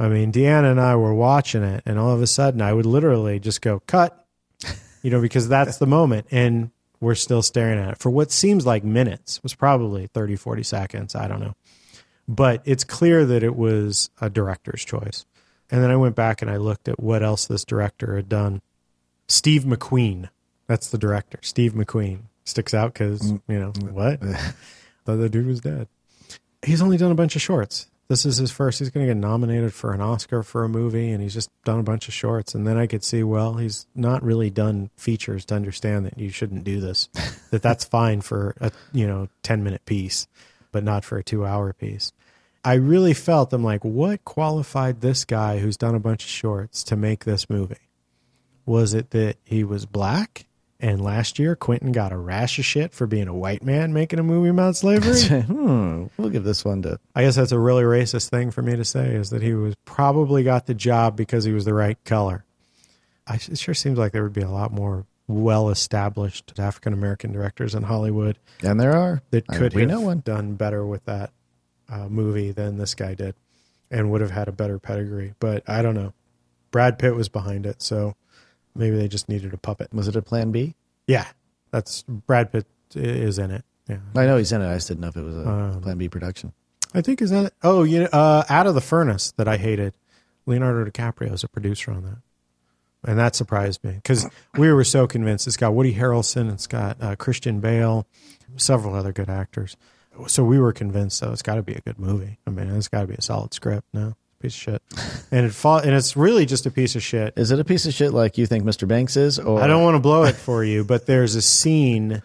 Speaker 1: I mean, Deanna and I were watching it, and all of a sudden I would literally just go, cut, you know, because that's the moment. And we're still staring at it for what seems like minutes. It was probably 30, 40 seconds. I don't know. But it's clear that it was a director's choice. And then I went back and I looked at what else this director had done. Steve McQueen. That's the director. Steve McQueen sticks out because, you know, what? Thought the dude was dead. He's only done a bunch of shorts. This is his first. He's going to get nominated for an Oscar for a movie, and he's just done a bunch of shorts. And then I could see, well, he's not really done features to understand that you shouldn't do this. <laughs> that that's fine for a you know ten minute piece, but not for a two hour piece. I really felt I'm like, what qualified this guy who's done a bunch of shorts to make this movie? Was it that he was black? And last year, Quentin got a rash of shit for being a white man making a movie about slavery.
Speaker 3: hmm, we'll give this one to.
Speaker 1: I guess that's a really racist thing for me to say is that he was probably got the job because he was the right color. I, it sure seems like there would be a lot more well-established African American directors in Hollywood
Speaker 3: And there are
Speaker 1: that
Speaker 3: I-
Speaker 1: could
Speaker 3: we
Speaker 1: have
Speaker 3: know one.
Speaker 1: done better with that uh, movie than this guy did and would have had a better pedigree. But I don't know. Brad Pitt was behind it, so maybe they just needed a puppet.
Speaker 3: Was it a Plan B?
Speaker 1: Yeah, that's Brad Pitt i- is in it. Yeah,
Speaker 3: I know he's in it. I just didn't know if it was a
Speaker 1: Um,
Speaker 3: Plan B production.
Speaker 1: I think is that. Oh, you know, uh, Out of the Furnace that I hated. Leonardo DiCaprio is a producer on that, and that surprised me because we were so convinced it's got Woody Harrelson, it's got uh, Christian Bale, several other good actors. So we were convinced, though, it's got to be a good movie. I mean, it's got to be a solid script. No, piece of shit, and it fall, and it's really just a piece of shit.
Speaker 3: Is it a piece of shit like you think Mr. Banks is? Or
Speaker 1: I don't want to blow it for you, but there's a scene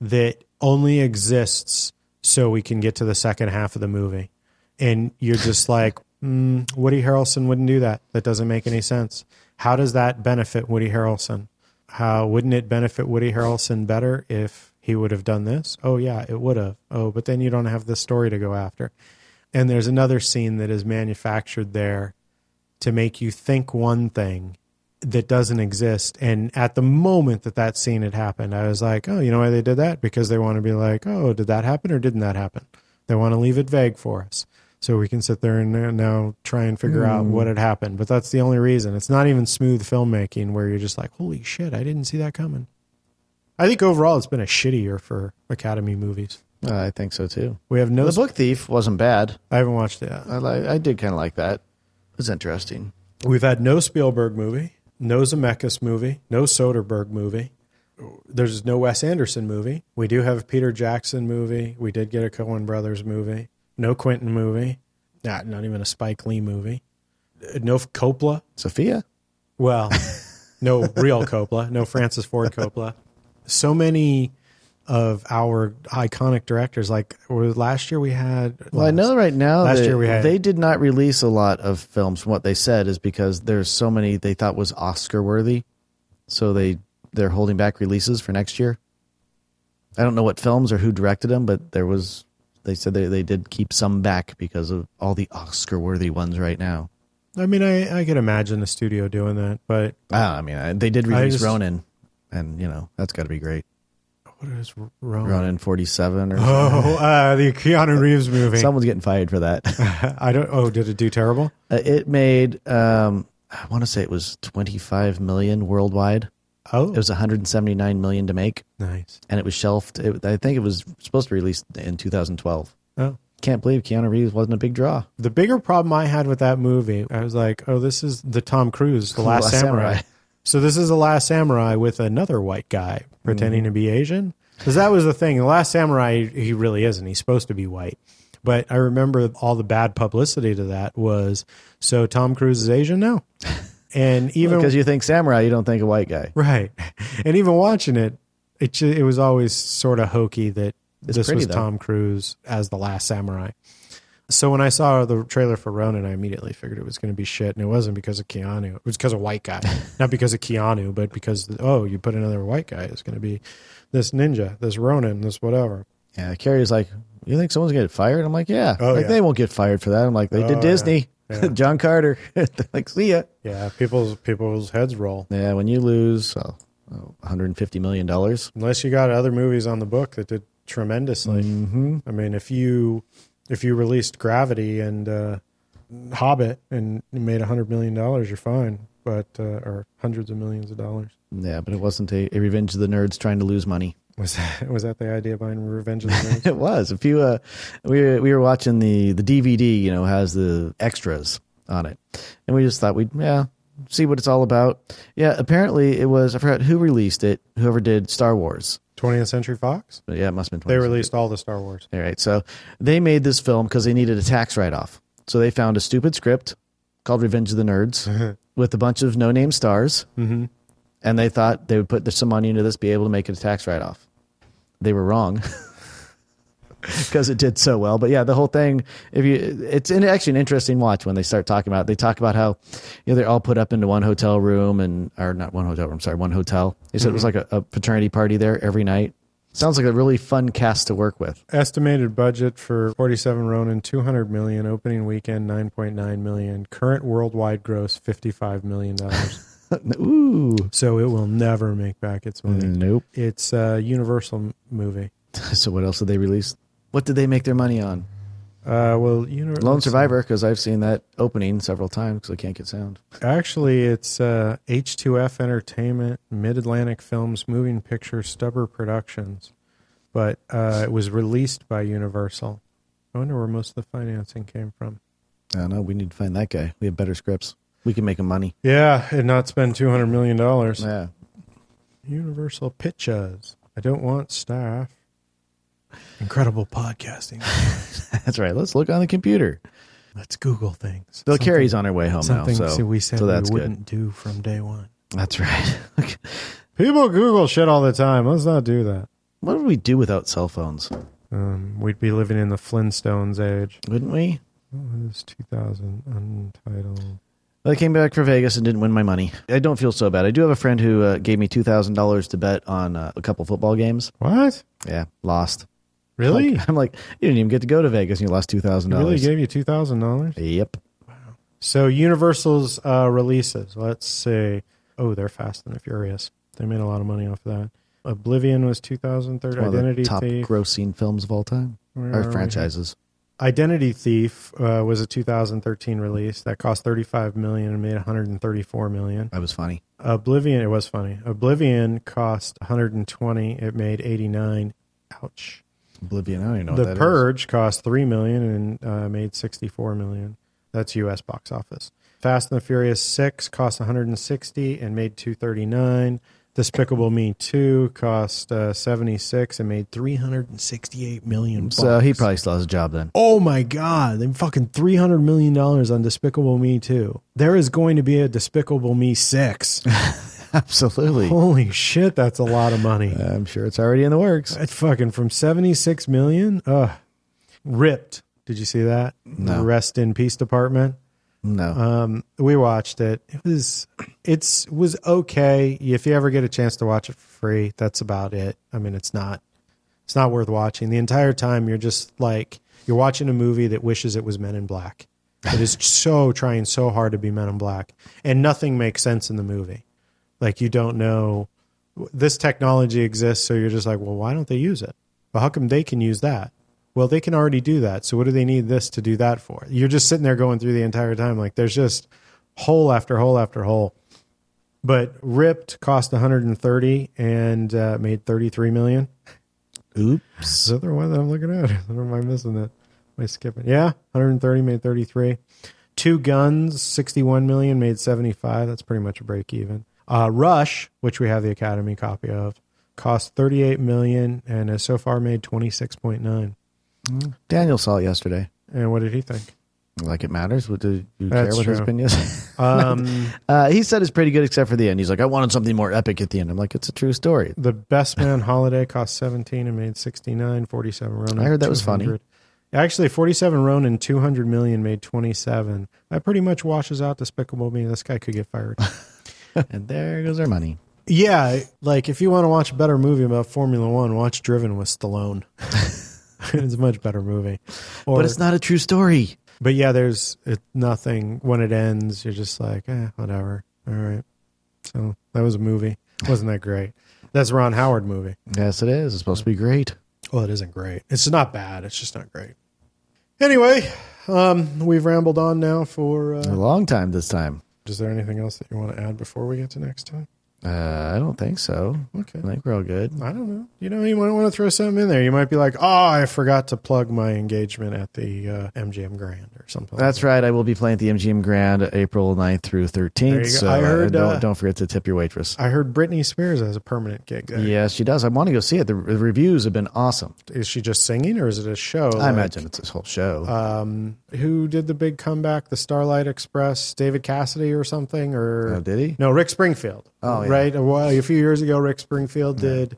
Speaker 1: that only exists so we can get to the second half of the movie. And you're just like, mm, Woody Harrelson wouldn't do that. That doesn't make any sense. How does that benefit Woody Harrelson? How wouldn't it benefit Woody Harrelson better if he would have done this? Oh, yeah, it would have. Oh, but then you don't have the story to go after. And there's another scene that is manufactured there to make you think one thing that doesn't exist. And at the moment that that scene had happened, I was like, oh, you know why they did that? Because they want to be like, oh, did that happen or didn't that happen? They want to leave it vague for us. So we can sit there and uh, now try and figure out what had happened. But that's the only reason. It's not even smooth filmmaking where you're just like, holy shit, I didn't see that coming. I think overall it's been a shitty year for Academy movies.
Speaker 3: Uh, I think so too.
Speaker 1: We have no.
Speaker 3: The Book Thief wasn't bad.
Speaker 1: I haven't watched it. yet.
Speaker 3: I li- I did kind of like that. It was interesting.
Speaker 1: We've had no Spielberg movie, no Zemeckis movie, no Soderbergh movie. There's no Wes Anderson movie. We do have a Peter Jackson movie. We did get a Coen Brothers movie. No Quentin movie. Not not even a Spike Lee movie. Uh, No Coppola.
Speaker 3: Sophia. <laughs>
Speaker 1: Well, no real Coppola. No Francis Ford Coppola. So many of our iconic directors. Like was- last year, we had.
Speaker 3: Well, I know right now
Speaker 1: Last
Speaker 3: that
Speaker 1: year we had-
Speaker 3: they did not release a lot of films. What they said is because there's so many they thought was Oscar worthy, so they they're holding back releases for next year. I don't know what films or who directed them, but there was they said they, they did keep some back because of all the Oscar worthy ones right now.
Speaker 1: I mean, I I could imagine the studio doing that, but
Speaker 3: Ah, I mean, I, they did release
Speaker 1: just-
Speaker 3: Ronin, and you know that's got to be great.
Speaker 1: what is wrong?
Speaker 3: Ronin 47 or
Speaker 1: Oh, uh, the Keanu Reeves movie.
Speaker 3: someone's getting fired for that.
Speaker 1: <laughs> I don't. Oh, did it do terrible?
Speaker 3: Uh, it made um, I want to say it was 25 million worldwide.
Speaker 1: Oh,
Speaker 3: It was 179 million to make,
Speaker 1: nice.
Speaker 3: and it was shelved. It, I think it was supposed to be released in 2012.
Speaker 1: Oh,
Speaker 3: Can't believe Keanu Reeves wasn't a big draw.
Speaker 1: the bigger problem I had with that movie, I was like, oh, this is the Tom Cruise, the Last,
Speaker 3: Last
Speaker 1: Samurai.
Speaker 3: Samurai.
Speaker 1: So this is the Last Samurai with another white guy pretending to be Asian. Because that was the thing. The Last Samurai, he really isn't. He's supposed to be white. But I remember all the bad publicity to that was so Tom Cruise is Asian now, and even
Speaker 3: Because you think samurai, you don't think a white guy.
Speaker 1: Right. <laughs> And even watching it, it ju- it was always sort of hokey that this
Speaker 3: pretty,
Speaker 1: was
Speaker 3: though.
Speaker 1: Tom Cruise as the last samurai. So when I saw the trailer for Ronin, I immediately figured it was going to be shit, and it wasn't because of Keanu. It was because of white
Speaker 3: <laughs>
Speaker 1: guy, not because of Keanu, but because oh, you put another white guy, it's going to be this ninja, this Ronin, this whatever.
Speaker 3: Yeah, Carrie's like, you think someone's gonna get fired? I'm like, yeah.
Speaker 1: Oh,
Speaker 3: like
Speaker 1: yeah.
Speaker 3: they won't get fired for that. I'm like, they did
Speaker 1: Oh,
Speaker 3: Disney. <laughs> John Carter. They're like, see ya.
Speaker 1: Yeah, people's people's heads roll
Speaker 3: Yeah, when you lose oh, oh, 150 million dollars,
Speaker 1: unless you got other movies on the book that did tremendously. Mm-hmm. I mean, if you if you released Gravity and uh, Hobbit and you made a hundred million dollars, you're fine. But uh, or hundreds of millions of dollars.
Speaker 3: yeah, but it wasn't a, a Revenge of the Nerds trying to lose money. <laughs>
Speaker 1: Was that, <laughs> was that the idea behind Revenge of the <laughs> Nerds?
Speaker 3: It was. If you uh, we were, we were watching the the DVD, you know, has the extras on it, and we just thought we'd yeah see what it's all about. Yeah, apparently it was. I forgot who released it. Whoever did Star Wars.
Speaker 1: 20th Century Fox.
Speaker 3: But yeah, it must have been.
Speaker 1: They
Speaker 3: 20.
Speaker 1: released all the Star Wars.
Speaker 3: All right, so they made this film because they needed a tax write off. So they found a stupid script called Revenge of the Nerds with a bunch of no name stars, mm-hmm. and they thought <laughs> they would put some money into this, be able to make it a tax write off. They were wrong. because it did so well. But yeah, the whole thing. If you, it's an, actually an interesting watch when they start talking about. They talk about how you know they're all put up into one hotel room and or not one hotel room. Sorry, one hotel. They said it was like a, a paternity party there every night. Sounds like a really fun cast to work with.
Speaker 1: Estimated budget for 47 Ronin 200 million opening weekend 9.9 million current worldwide gross 55 million <laughs> dollars
Speaker 3: Ooh,
Speaker 1: so it will never make back its money
Speaker 3: Mm, nope. <laughs>
Speaker 1: it's a universal m- movie
Speaker 3: So what else did they release? What did they make their money on?
Speaker 1: uh well universal
Speaker 3: Lone Survivor, because I've seen that opening several times because I can't get sound.
Speaker 1: actually it's uh H2F Entertainment Mid-Atlantic Films Moving Picture Stubber Productions but uh it was released by Universal I wonder where most of the financing came from
Speaker 3: I don't know. We need to find that guy. We have better scripts. We can make him money.
Speaker 1: yeah and not spend 200 million dollars
Speaker 3: Yeah.
Speaker 1: Universal Pictures. I don't want staff. Incredible podcasting.
Speaker 3: <laughs> That's right. Let's look on the computer.
Speaker 1: Let's Google things.
Speaker 3: Bill
Speaker 1: Something-
Speaker 3: Carey's on our way home now.
Speaker 1: Something
Speaker 3: So,
Speaker 1: we said
Speaker 3: so that's
Speaker 1: we
Speaker 3: good.
Speaker 1: wouldn't do from day one.
Speaker 3: That's right. <laughs> Okay.
Speaker 1: People Google shit all the time. Let's not do that.
Speaker 3: what would we do without cell phones?
Speaker 1: Um, we'd be living in the Flintstones age.
Speaker 3: Wouldn't we?
Speaker 1: Oh, this 2000 untitled.
Speaker 3: I came back for Vegas and didn't win my money. I don't feel so bad. I do have a friend who uh, gave me two thousand dollars to bet on uh, a couple football games.
Speaker 1: What?
Speaker 3: Yeah, lost.
Speaker 1: Really?
Speaker 3: Like, <laughs> I'm like, you didn't even get to go to Vegas and you lost two thousand
Speaker 1: You really
Speaker 3: dollars.
Speaker 1: gave you $2,000?
Speaker 3: Yep.
Speaker 1: So Universal's uh, releases. Let's see. Oh, they're Fast and the Furious. They made a lot of money off of that. Oblivion was 2003.
Speaker 3: One of
Speaker 1: Identity
Speaker 3: the top
Speaker 1: Thief.
Speaker 3: grossing films of all time.
Speaker 1: Where are
Speaker 3: Or
Speaker 1: we?
Speaker 3: franchises.
Speaker 1: Identity Thief uh, was a 2013 release that cost 35 million and made 134 million.
Speaker 3: That was funny.
Speaker 1: Oblivion, it was funny. Oblivion cost 120. It made 89. Ouch.
Speaker 3: Oblivion. I don't even know what
Speaker 1: the
Speaker 3: that is.
Speaker 1: Purge cost 3 million and uh, made 64 million. That's U.S. box office. Fast and the Furious 6 cost 160 and made 239. Despicable Me 2 cost uh, 76 and made 368 million.
Speaker 3: So
Speaker 1: bucks.
Speaker 3: he probably still has a job then. <laughs>
Speaker 1: Oh my God, they fucking $300 million on Despicable Me 2. There is going to be a Despicable Me 6.
Speaker 3: Absolutely.
Speaker 1: Holy shit, that's a lot of money.
Speaker 3: <laughs> I'm sure it's already in the works.
Speaker 1: That's fucking from 76 million? Ugh. Ripped. Did you see that?
Speaker 3: No.
Speaker 1: Rest in Peace Department.
Speaker 3: No.
Speaker 1: Um, we watched it. It was it's was okay. If you ever get a chance to watch it for free, that's about it. I mean, it's not it's not worth watching. The entire time you're just like you're watching a movie that wishes it was Men in Black. It is so trying so hard to be Men in Black, and nothing makes sense in the movie. Like you don't know this technology exists, so you're just like, well, why don't they use it? Well, how come they can use that? Well, they can already do that. So what do they need this to do that for? You're just sitting there going through the entire time. Like there's just hole after hole after hole. But ripped cost 130 and uh, made 33 million. Is
Speaker 3: Oops.
Speaker 1: that the one that I'm looking at? <laughs> Or am I missing that? Am I skipping? Yeah, 130 made 33. Two Guns, 61 million made 75. That's pretty much a break even. Uh, Rush, which we have the Academy copy of, cost 38 million and has so far made 26.9.
Speaker 3: Daniel saw it yesterday.
Speaker 1: And what did he
Speaker 3: <laughs>
Speaker 1: think?
Speaker 3: Like it matters. What do you
Speaker 1: That's
Speaker 3: care what his
Speaker 1: true. <laughs>
Speaker 3: opinion is?
Speaker 1: Um,
Speaker 3: uh, he said it's pretty good except for the end. He's like, I wanted something more epic at the end. I'm like, it's a
Speaker 1: <laughs>
Speaker 3: true story.
Speaker 1: the Best Man Holiday cost 17 and made 69, 47 Ronin.
Speaker 3: I heard that was funny.
Speaker 1: 200. Actually, 47 Ronin, 200 million made 27. That pretty much washes out Despicable Me. This guy could get fired.
Speaker 3: and there goes our money.
Speaker 1: Yeah, like if you want to watch a better movie about Formula One, watch Driven with <laughs> Stallone. it's a much better movie. Or,
Speaker 3: But it's not a true story.
Speaker 1: but yeah, there's it, nothing when it ends. You're just like, eh, whatever. All right. So that was a movie. Wasn't that great? That's a Ron Howard movie.
Speaker 3: Yes, it is. It's supposed to be great.
Speaker 1: Well, it isn't great. It's not bad. It's just not great. Anyway, um, we've rambled on now. For
Speaker 3: A
Speaker 1: uh,
Speaker 3: long time this time.
Speaker 1: is there anything else that you want to add before we get to next time?
Speaker 3: Uh, I don't think so.
Speaker 1: Okay.
Speaker 3: I think we're all good.
Speaker 1: I don't know. You know, you might want to throw something in there. You might be like, "Oh, I forgot to plug my engagement at the uh, MGM Grand or something." like
Speaker 3: That's right. I will be playing at the MGM Grand April 9th through 13th.
Speaker 1: go.
Speaker 3: So
Speaker 1: I heard,
Speaker 3: uh, don't,
Speaker 1: uh,
Speaker 3: don't forget to tip your waitress.
Speaker 1: that. I heard Britney Spears has a permanent gig there.
Speaker 3: Yes, she does. I want to go see it. The the reviews have been awesome.
Speaker 1: Is she just singing, or is it a show?
Speaker 3: I imagine it's this whole show.
Speaker 1: Um, who did the big comeback? The Starlight Express, David Cassidy, or something, or
Speaker 3: Oh, did he?
Speaker 1: No, Rick Springfield.
Speaker 3: Oh, yeah.
Speaker 1: right. A, while, a few years ago, Rick Springfield did.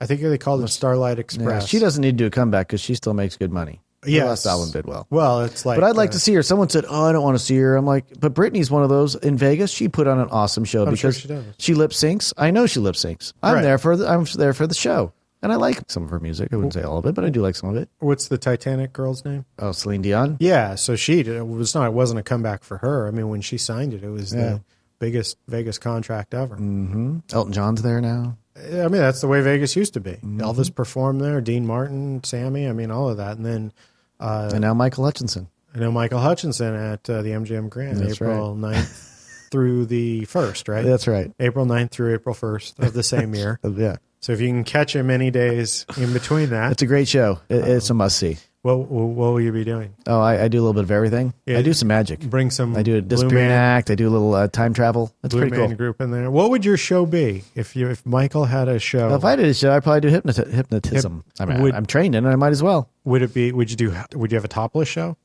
Speaker 1: I think they called it Starlight Express.
Speaker 3: Yeah, she doesn't need to do a comeback because she still makes good money.
Speaker 1: Yes.
Speaker 3: Her last album did well.
Speaker 1: Well, it's like.
Speaker 3: But I'd like
Speaker 1: uh,
Speaker 3: to see her. Someone said, "Oh, I don't want to see her." I'm like, "But Britney's one of those in Vegas. She put on an awesome show
Speaker 1: sure
Speaker 3: because
Speaker 1: she does.
Speaker 3: lip syncs. I know she lip syncs. I'm
Speaker 1: Right.
Speaker 3: there for the, I'm there for the show, and I like some of her music. I wouldn't say all of it, but I do like some of it.
Speaker 1: What's the Titanic girl's name?
Speaker 3: Oh, Celine Dion.
Speaker 1: Yeah, so she did, it was not. It wasn't a comeback for her. I mean, when she signed it, it was the biggest Vegas contract ever.
Speaker 3: Mm. Elton John's there now.
Speaker 1: I mean, that's the way Vegas used to be.
Speaker 3: Mm-hmm.
Speaker 1: Elvis performed there, Dean Martin, Sammy. I mean, all of that, and then Uh,
Speaker 3: and now Michael Hutchinson.
Speaker 1: I know Michael Hutchinson at uh, the MGM Grand,
Speaker 3: That's
Speaker 1: April
Speaker 3: <laughs>
Speaker 1: 9th through the first, right?
Speaker 3: That's right.
Speaker 1: April 9th through April first of the same
Speaker 3: <laughs>
Speaker 1: year.
Speaker 3: Uh, Yeah.
Speaker 1: So if you can catch him any days in between that,
Speaker 3: It's a great show. It, it's a must see.
Speaker 1: what what will you be doing?
Speaker 3: Oh, I, I do a little bit of everything.
Speaker 1: Yeah.
Speaker 3: I do some magic.
Speaker 1: Bring some.
Speaker 3: I do a
Speaker 1: Blue
Speaker 3: disappearing
Speaker 1: Man,
Speaker 3: act. I do a little uh, time travel. That's
Speaker 1: Blue
Speaker 3: pretty
Speaker 1: Man
Speaker 3: cool.
Speaker 1: group in there. What would your show be if you if Michael had a show?
Speaker 3: If I did a show, I'd probably do hypnoti- hypnotism. I mean,
Speaker 1: would-
Speaker 3: I'm trained in it. I might as well.
Speaker 1: would it be? Would you do? Would you have a topless show?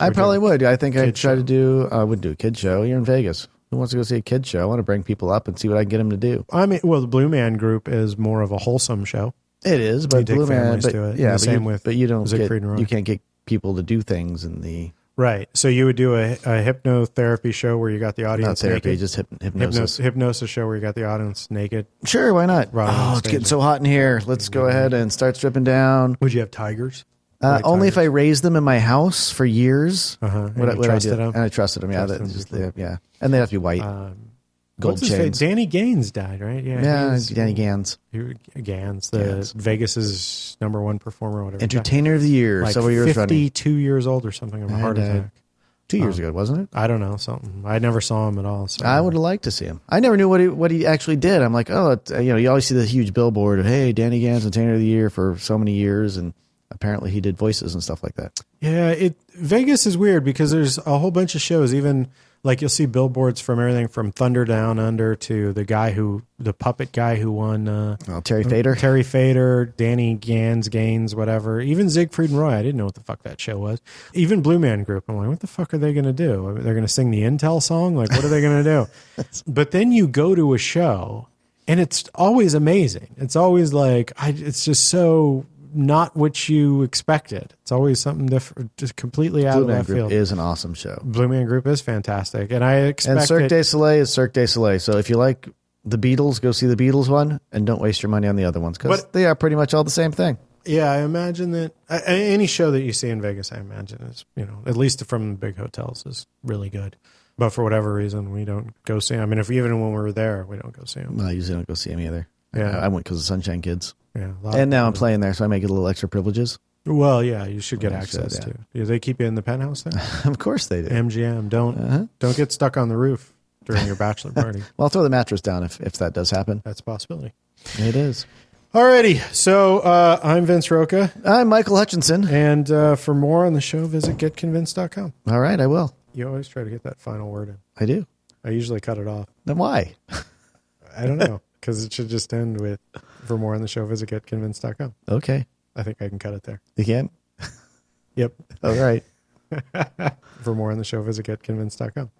Speaker 3: I probably would. I think
Speaker 1: kid
Speaker 3: I'd try to do. I would do a kid show. You're in Vegas. Who wants to go see a kid show? I want to bring people up and see what I can get them to do.
Speaker 1: I mean, well, the Blue Man Group is more of a wholesome show.
Speaker 3: It is, but
Speaker 1: You take
Speaker 3: Blue Man,
Speaker 1: families
Speaker 3: but,
Speaker 1: to it.
Speaker 3: yeah,
Speaker 1: The
Speaker 3: but
Speaker 1: same
Speaker 3: you,
Speaker 1: with
Speaker 3: but you don't
Speaker 1: Siegfried
Speaker 3: get,
Speaker 1: and Roy.
Speaker 3: you can't get people to do things in the
Speaker 1: Right. So you would do a, a hypnotherapy show where you got the
Speaker 3: not
Speaker 1: audience
Speaker 3: therapy,
Speaker 1: naked.
Speaker 3: just hyp- hypnosis.
Speaker 1: Hypnosis, hypnosis show where you got the audience naked.
Speaker 3: Sure, why not?
Speaker 1: Right on
Speaker 3: oh, it's
Speaker 1: stage.
Speaker 3: getting so hot in here. Let's go ahead and start stripping down.
Speaker 1: Would you have tigers?
Speaker 3: Uh,
Speaker 1: Like
Speaker 3: only if
Speaker 1: tigers?
Speaker 3: I raised them in my house for years.
Speaker 1: Uh-huh. And
Speaker 3: Would, I-
Speaker 1: you
Speaker 3: would I do
Speaker 1: trusted
Speaker 3: it?
Speaker 1: 'em?
Speaker 3: And I trusted them. Yeah,
Speaker 1: Trusted
Speaker 3: that-
Speaker 1: 'em
Speaker 3: just, yeah, yeah. And they have to be white,
Speaker 1: Um,
Speaker 3: gold
Speaker 1: what's his face?
Speaker 3: chains.
Speaker 1: Danny Gaines died, right? Yeah.
Speaker 3: Yeah,
Speaker 1: he's-
Speaker 3: Danny Gans,
Speaker 1: he was- Gans, the
Speaker 3: Gans.
Speaker 1: Vegas's number one performer, or whatever.
Speaker 3: entertainer of the year,
Speaker 1: Like
Speaker 3: several years running.
Speaker 1: fifty-two years old or something of a heart
Speaker 3: And, uh,
Speaker 1: attack.
Speaker 3: Two years ago, wasn't it?
Speaker 1: I don't know something. I never saw him at all. So
Speaker 3: I would have liked to see him. I never knew what he what he actually did. I'm like, oh, it, you know, you always see the huge billboard of, hey, Danny Gans, entertainer of the year for so many years, and apparently he did voices and stuff like that.
Speaker 1: Yeah, it Vegas is weird because there's a whole bunch of shows. Even like you'll see billboards from everything from Thunder Down Under to the guy who the puppet guy who won uh,
Speaker 3: Well, Terry Fader.
Speaker 1: Terry Fader, Danny Gans, Gaines, whatever. Even Siegfried and Roy. I didn't know what the fuck that show was. Even Blue Man Group. I'm like, what the fuck are they going to do? I mean, They're going to sing the Intel song? Like, what are they going to
Speaker 3: <laughs>
Speaker 1: do? but then you go to a show and it's always amazing. It's always like, I, it's just so not what you expected. It's always something different, just completely out
Speaker 3: Blue
Speaker 1: of
Speaker 3: Man
Speaker 1: left
Speaker 3: Group
Speaker 1: field.
Speaker 3: is an awesome show.
Speaker 1: Blue Man Group is fantastic. And I expect
Speaker 3: And Cirque
Speaker 1: it-
Speaker 3: du Soleil is Cirque du Soleil. So if you like the Beatles, go see the Beatles one, and don't waste your money on the other ones because
Speaker 1: But-
Speaker 3: they are pretty much all the same thing.
Speaker 1: Yeah, I imagine that a- a- any show that you see in Vegas, I imagine is you know at least from the big hotels is really good. But for whatever reason, we don't go see 'em. I mean, if even when we were there, we don't go see them.
Speaker 3: No, I usually don't go see them either.
Speaker 1: Yeah.
Speaker 3: I, I went because of Sunshine Kids,
Speaker 1: Yeah, a lot of-
Speaker 3: and now I'm playing there, so I may get a little extra privileges. <laughs>
Speaker 1: well, yeah, you should get
Speaker 3: Yeah, sure,
Speaker 1: access
Speaker 3: yeah.
Speaker 1: to. Yeah, they keep you in the penthouse
Speaker 3: <laughs>
Speaker 1: there.
Speaker 3: of course they do.
Speaker 1: MGM, don't
Speaker 3: Uh-huh.
Speaker 1: don't get stuck on the roof during your bachelor party.
Speaker 3: Well, I'll throw the mattress down if, if that does happen.
Speaker 1: That's a possibility.
Speaker 3: It is.
Speaker 1: Alrighty, so uh, I'm Vince Roca,
Speaker 3: I'm Michael Hutchinson.
Speaker 1: and uh, for more on the show, visit getconvinced.com.
Speaker 3: All right, I will.
Speaker 1: You always try to get that final word in.
Speaker 3: I do.
Speaker 1: I usually cut it off.
Speaker 3: Then why?
Speaker 1: I don't know because it should just end with for more on the show, visit getconvinced.com.
Speaker 3: Okay.
Speaker 1: I think I can cut it there.
Speaker 3: You can?
Speaker 1: Yep.
Speaker 3: All right.
Speaker 1: <laughs> For more on the show, visit getconvinced.com.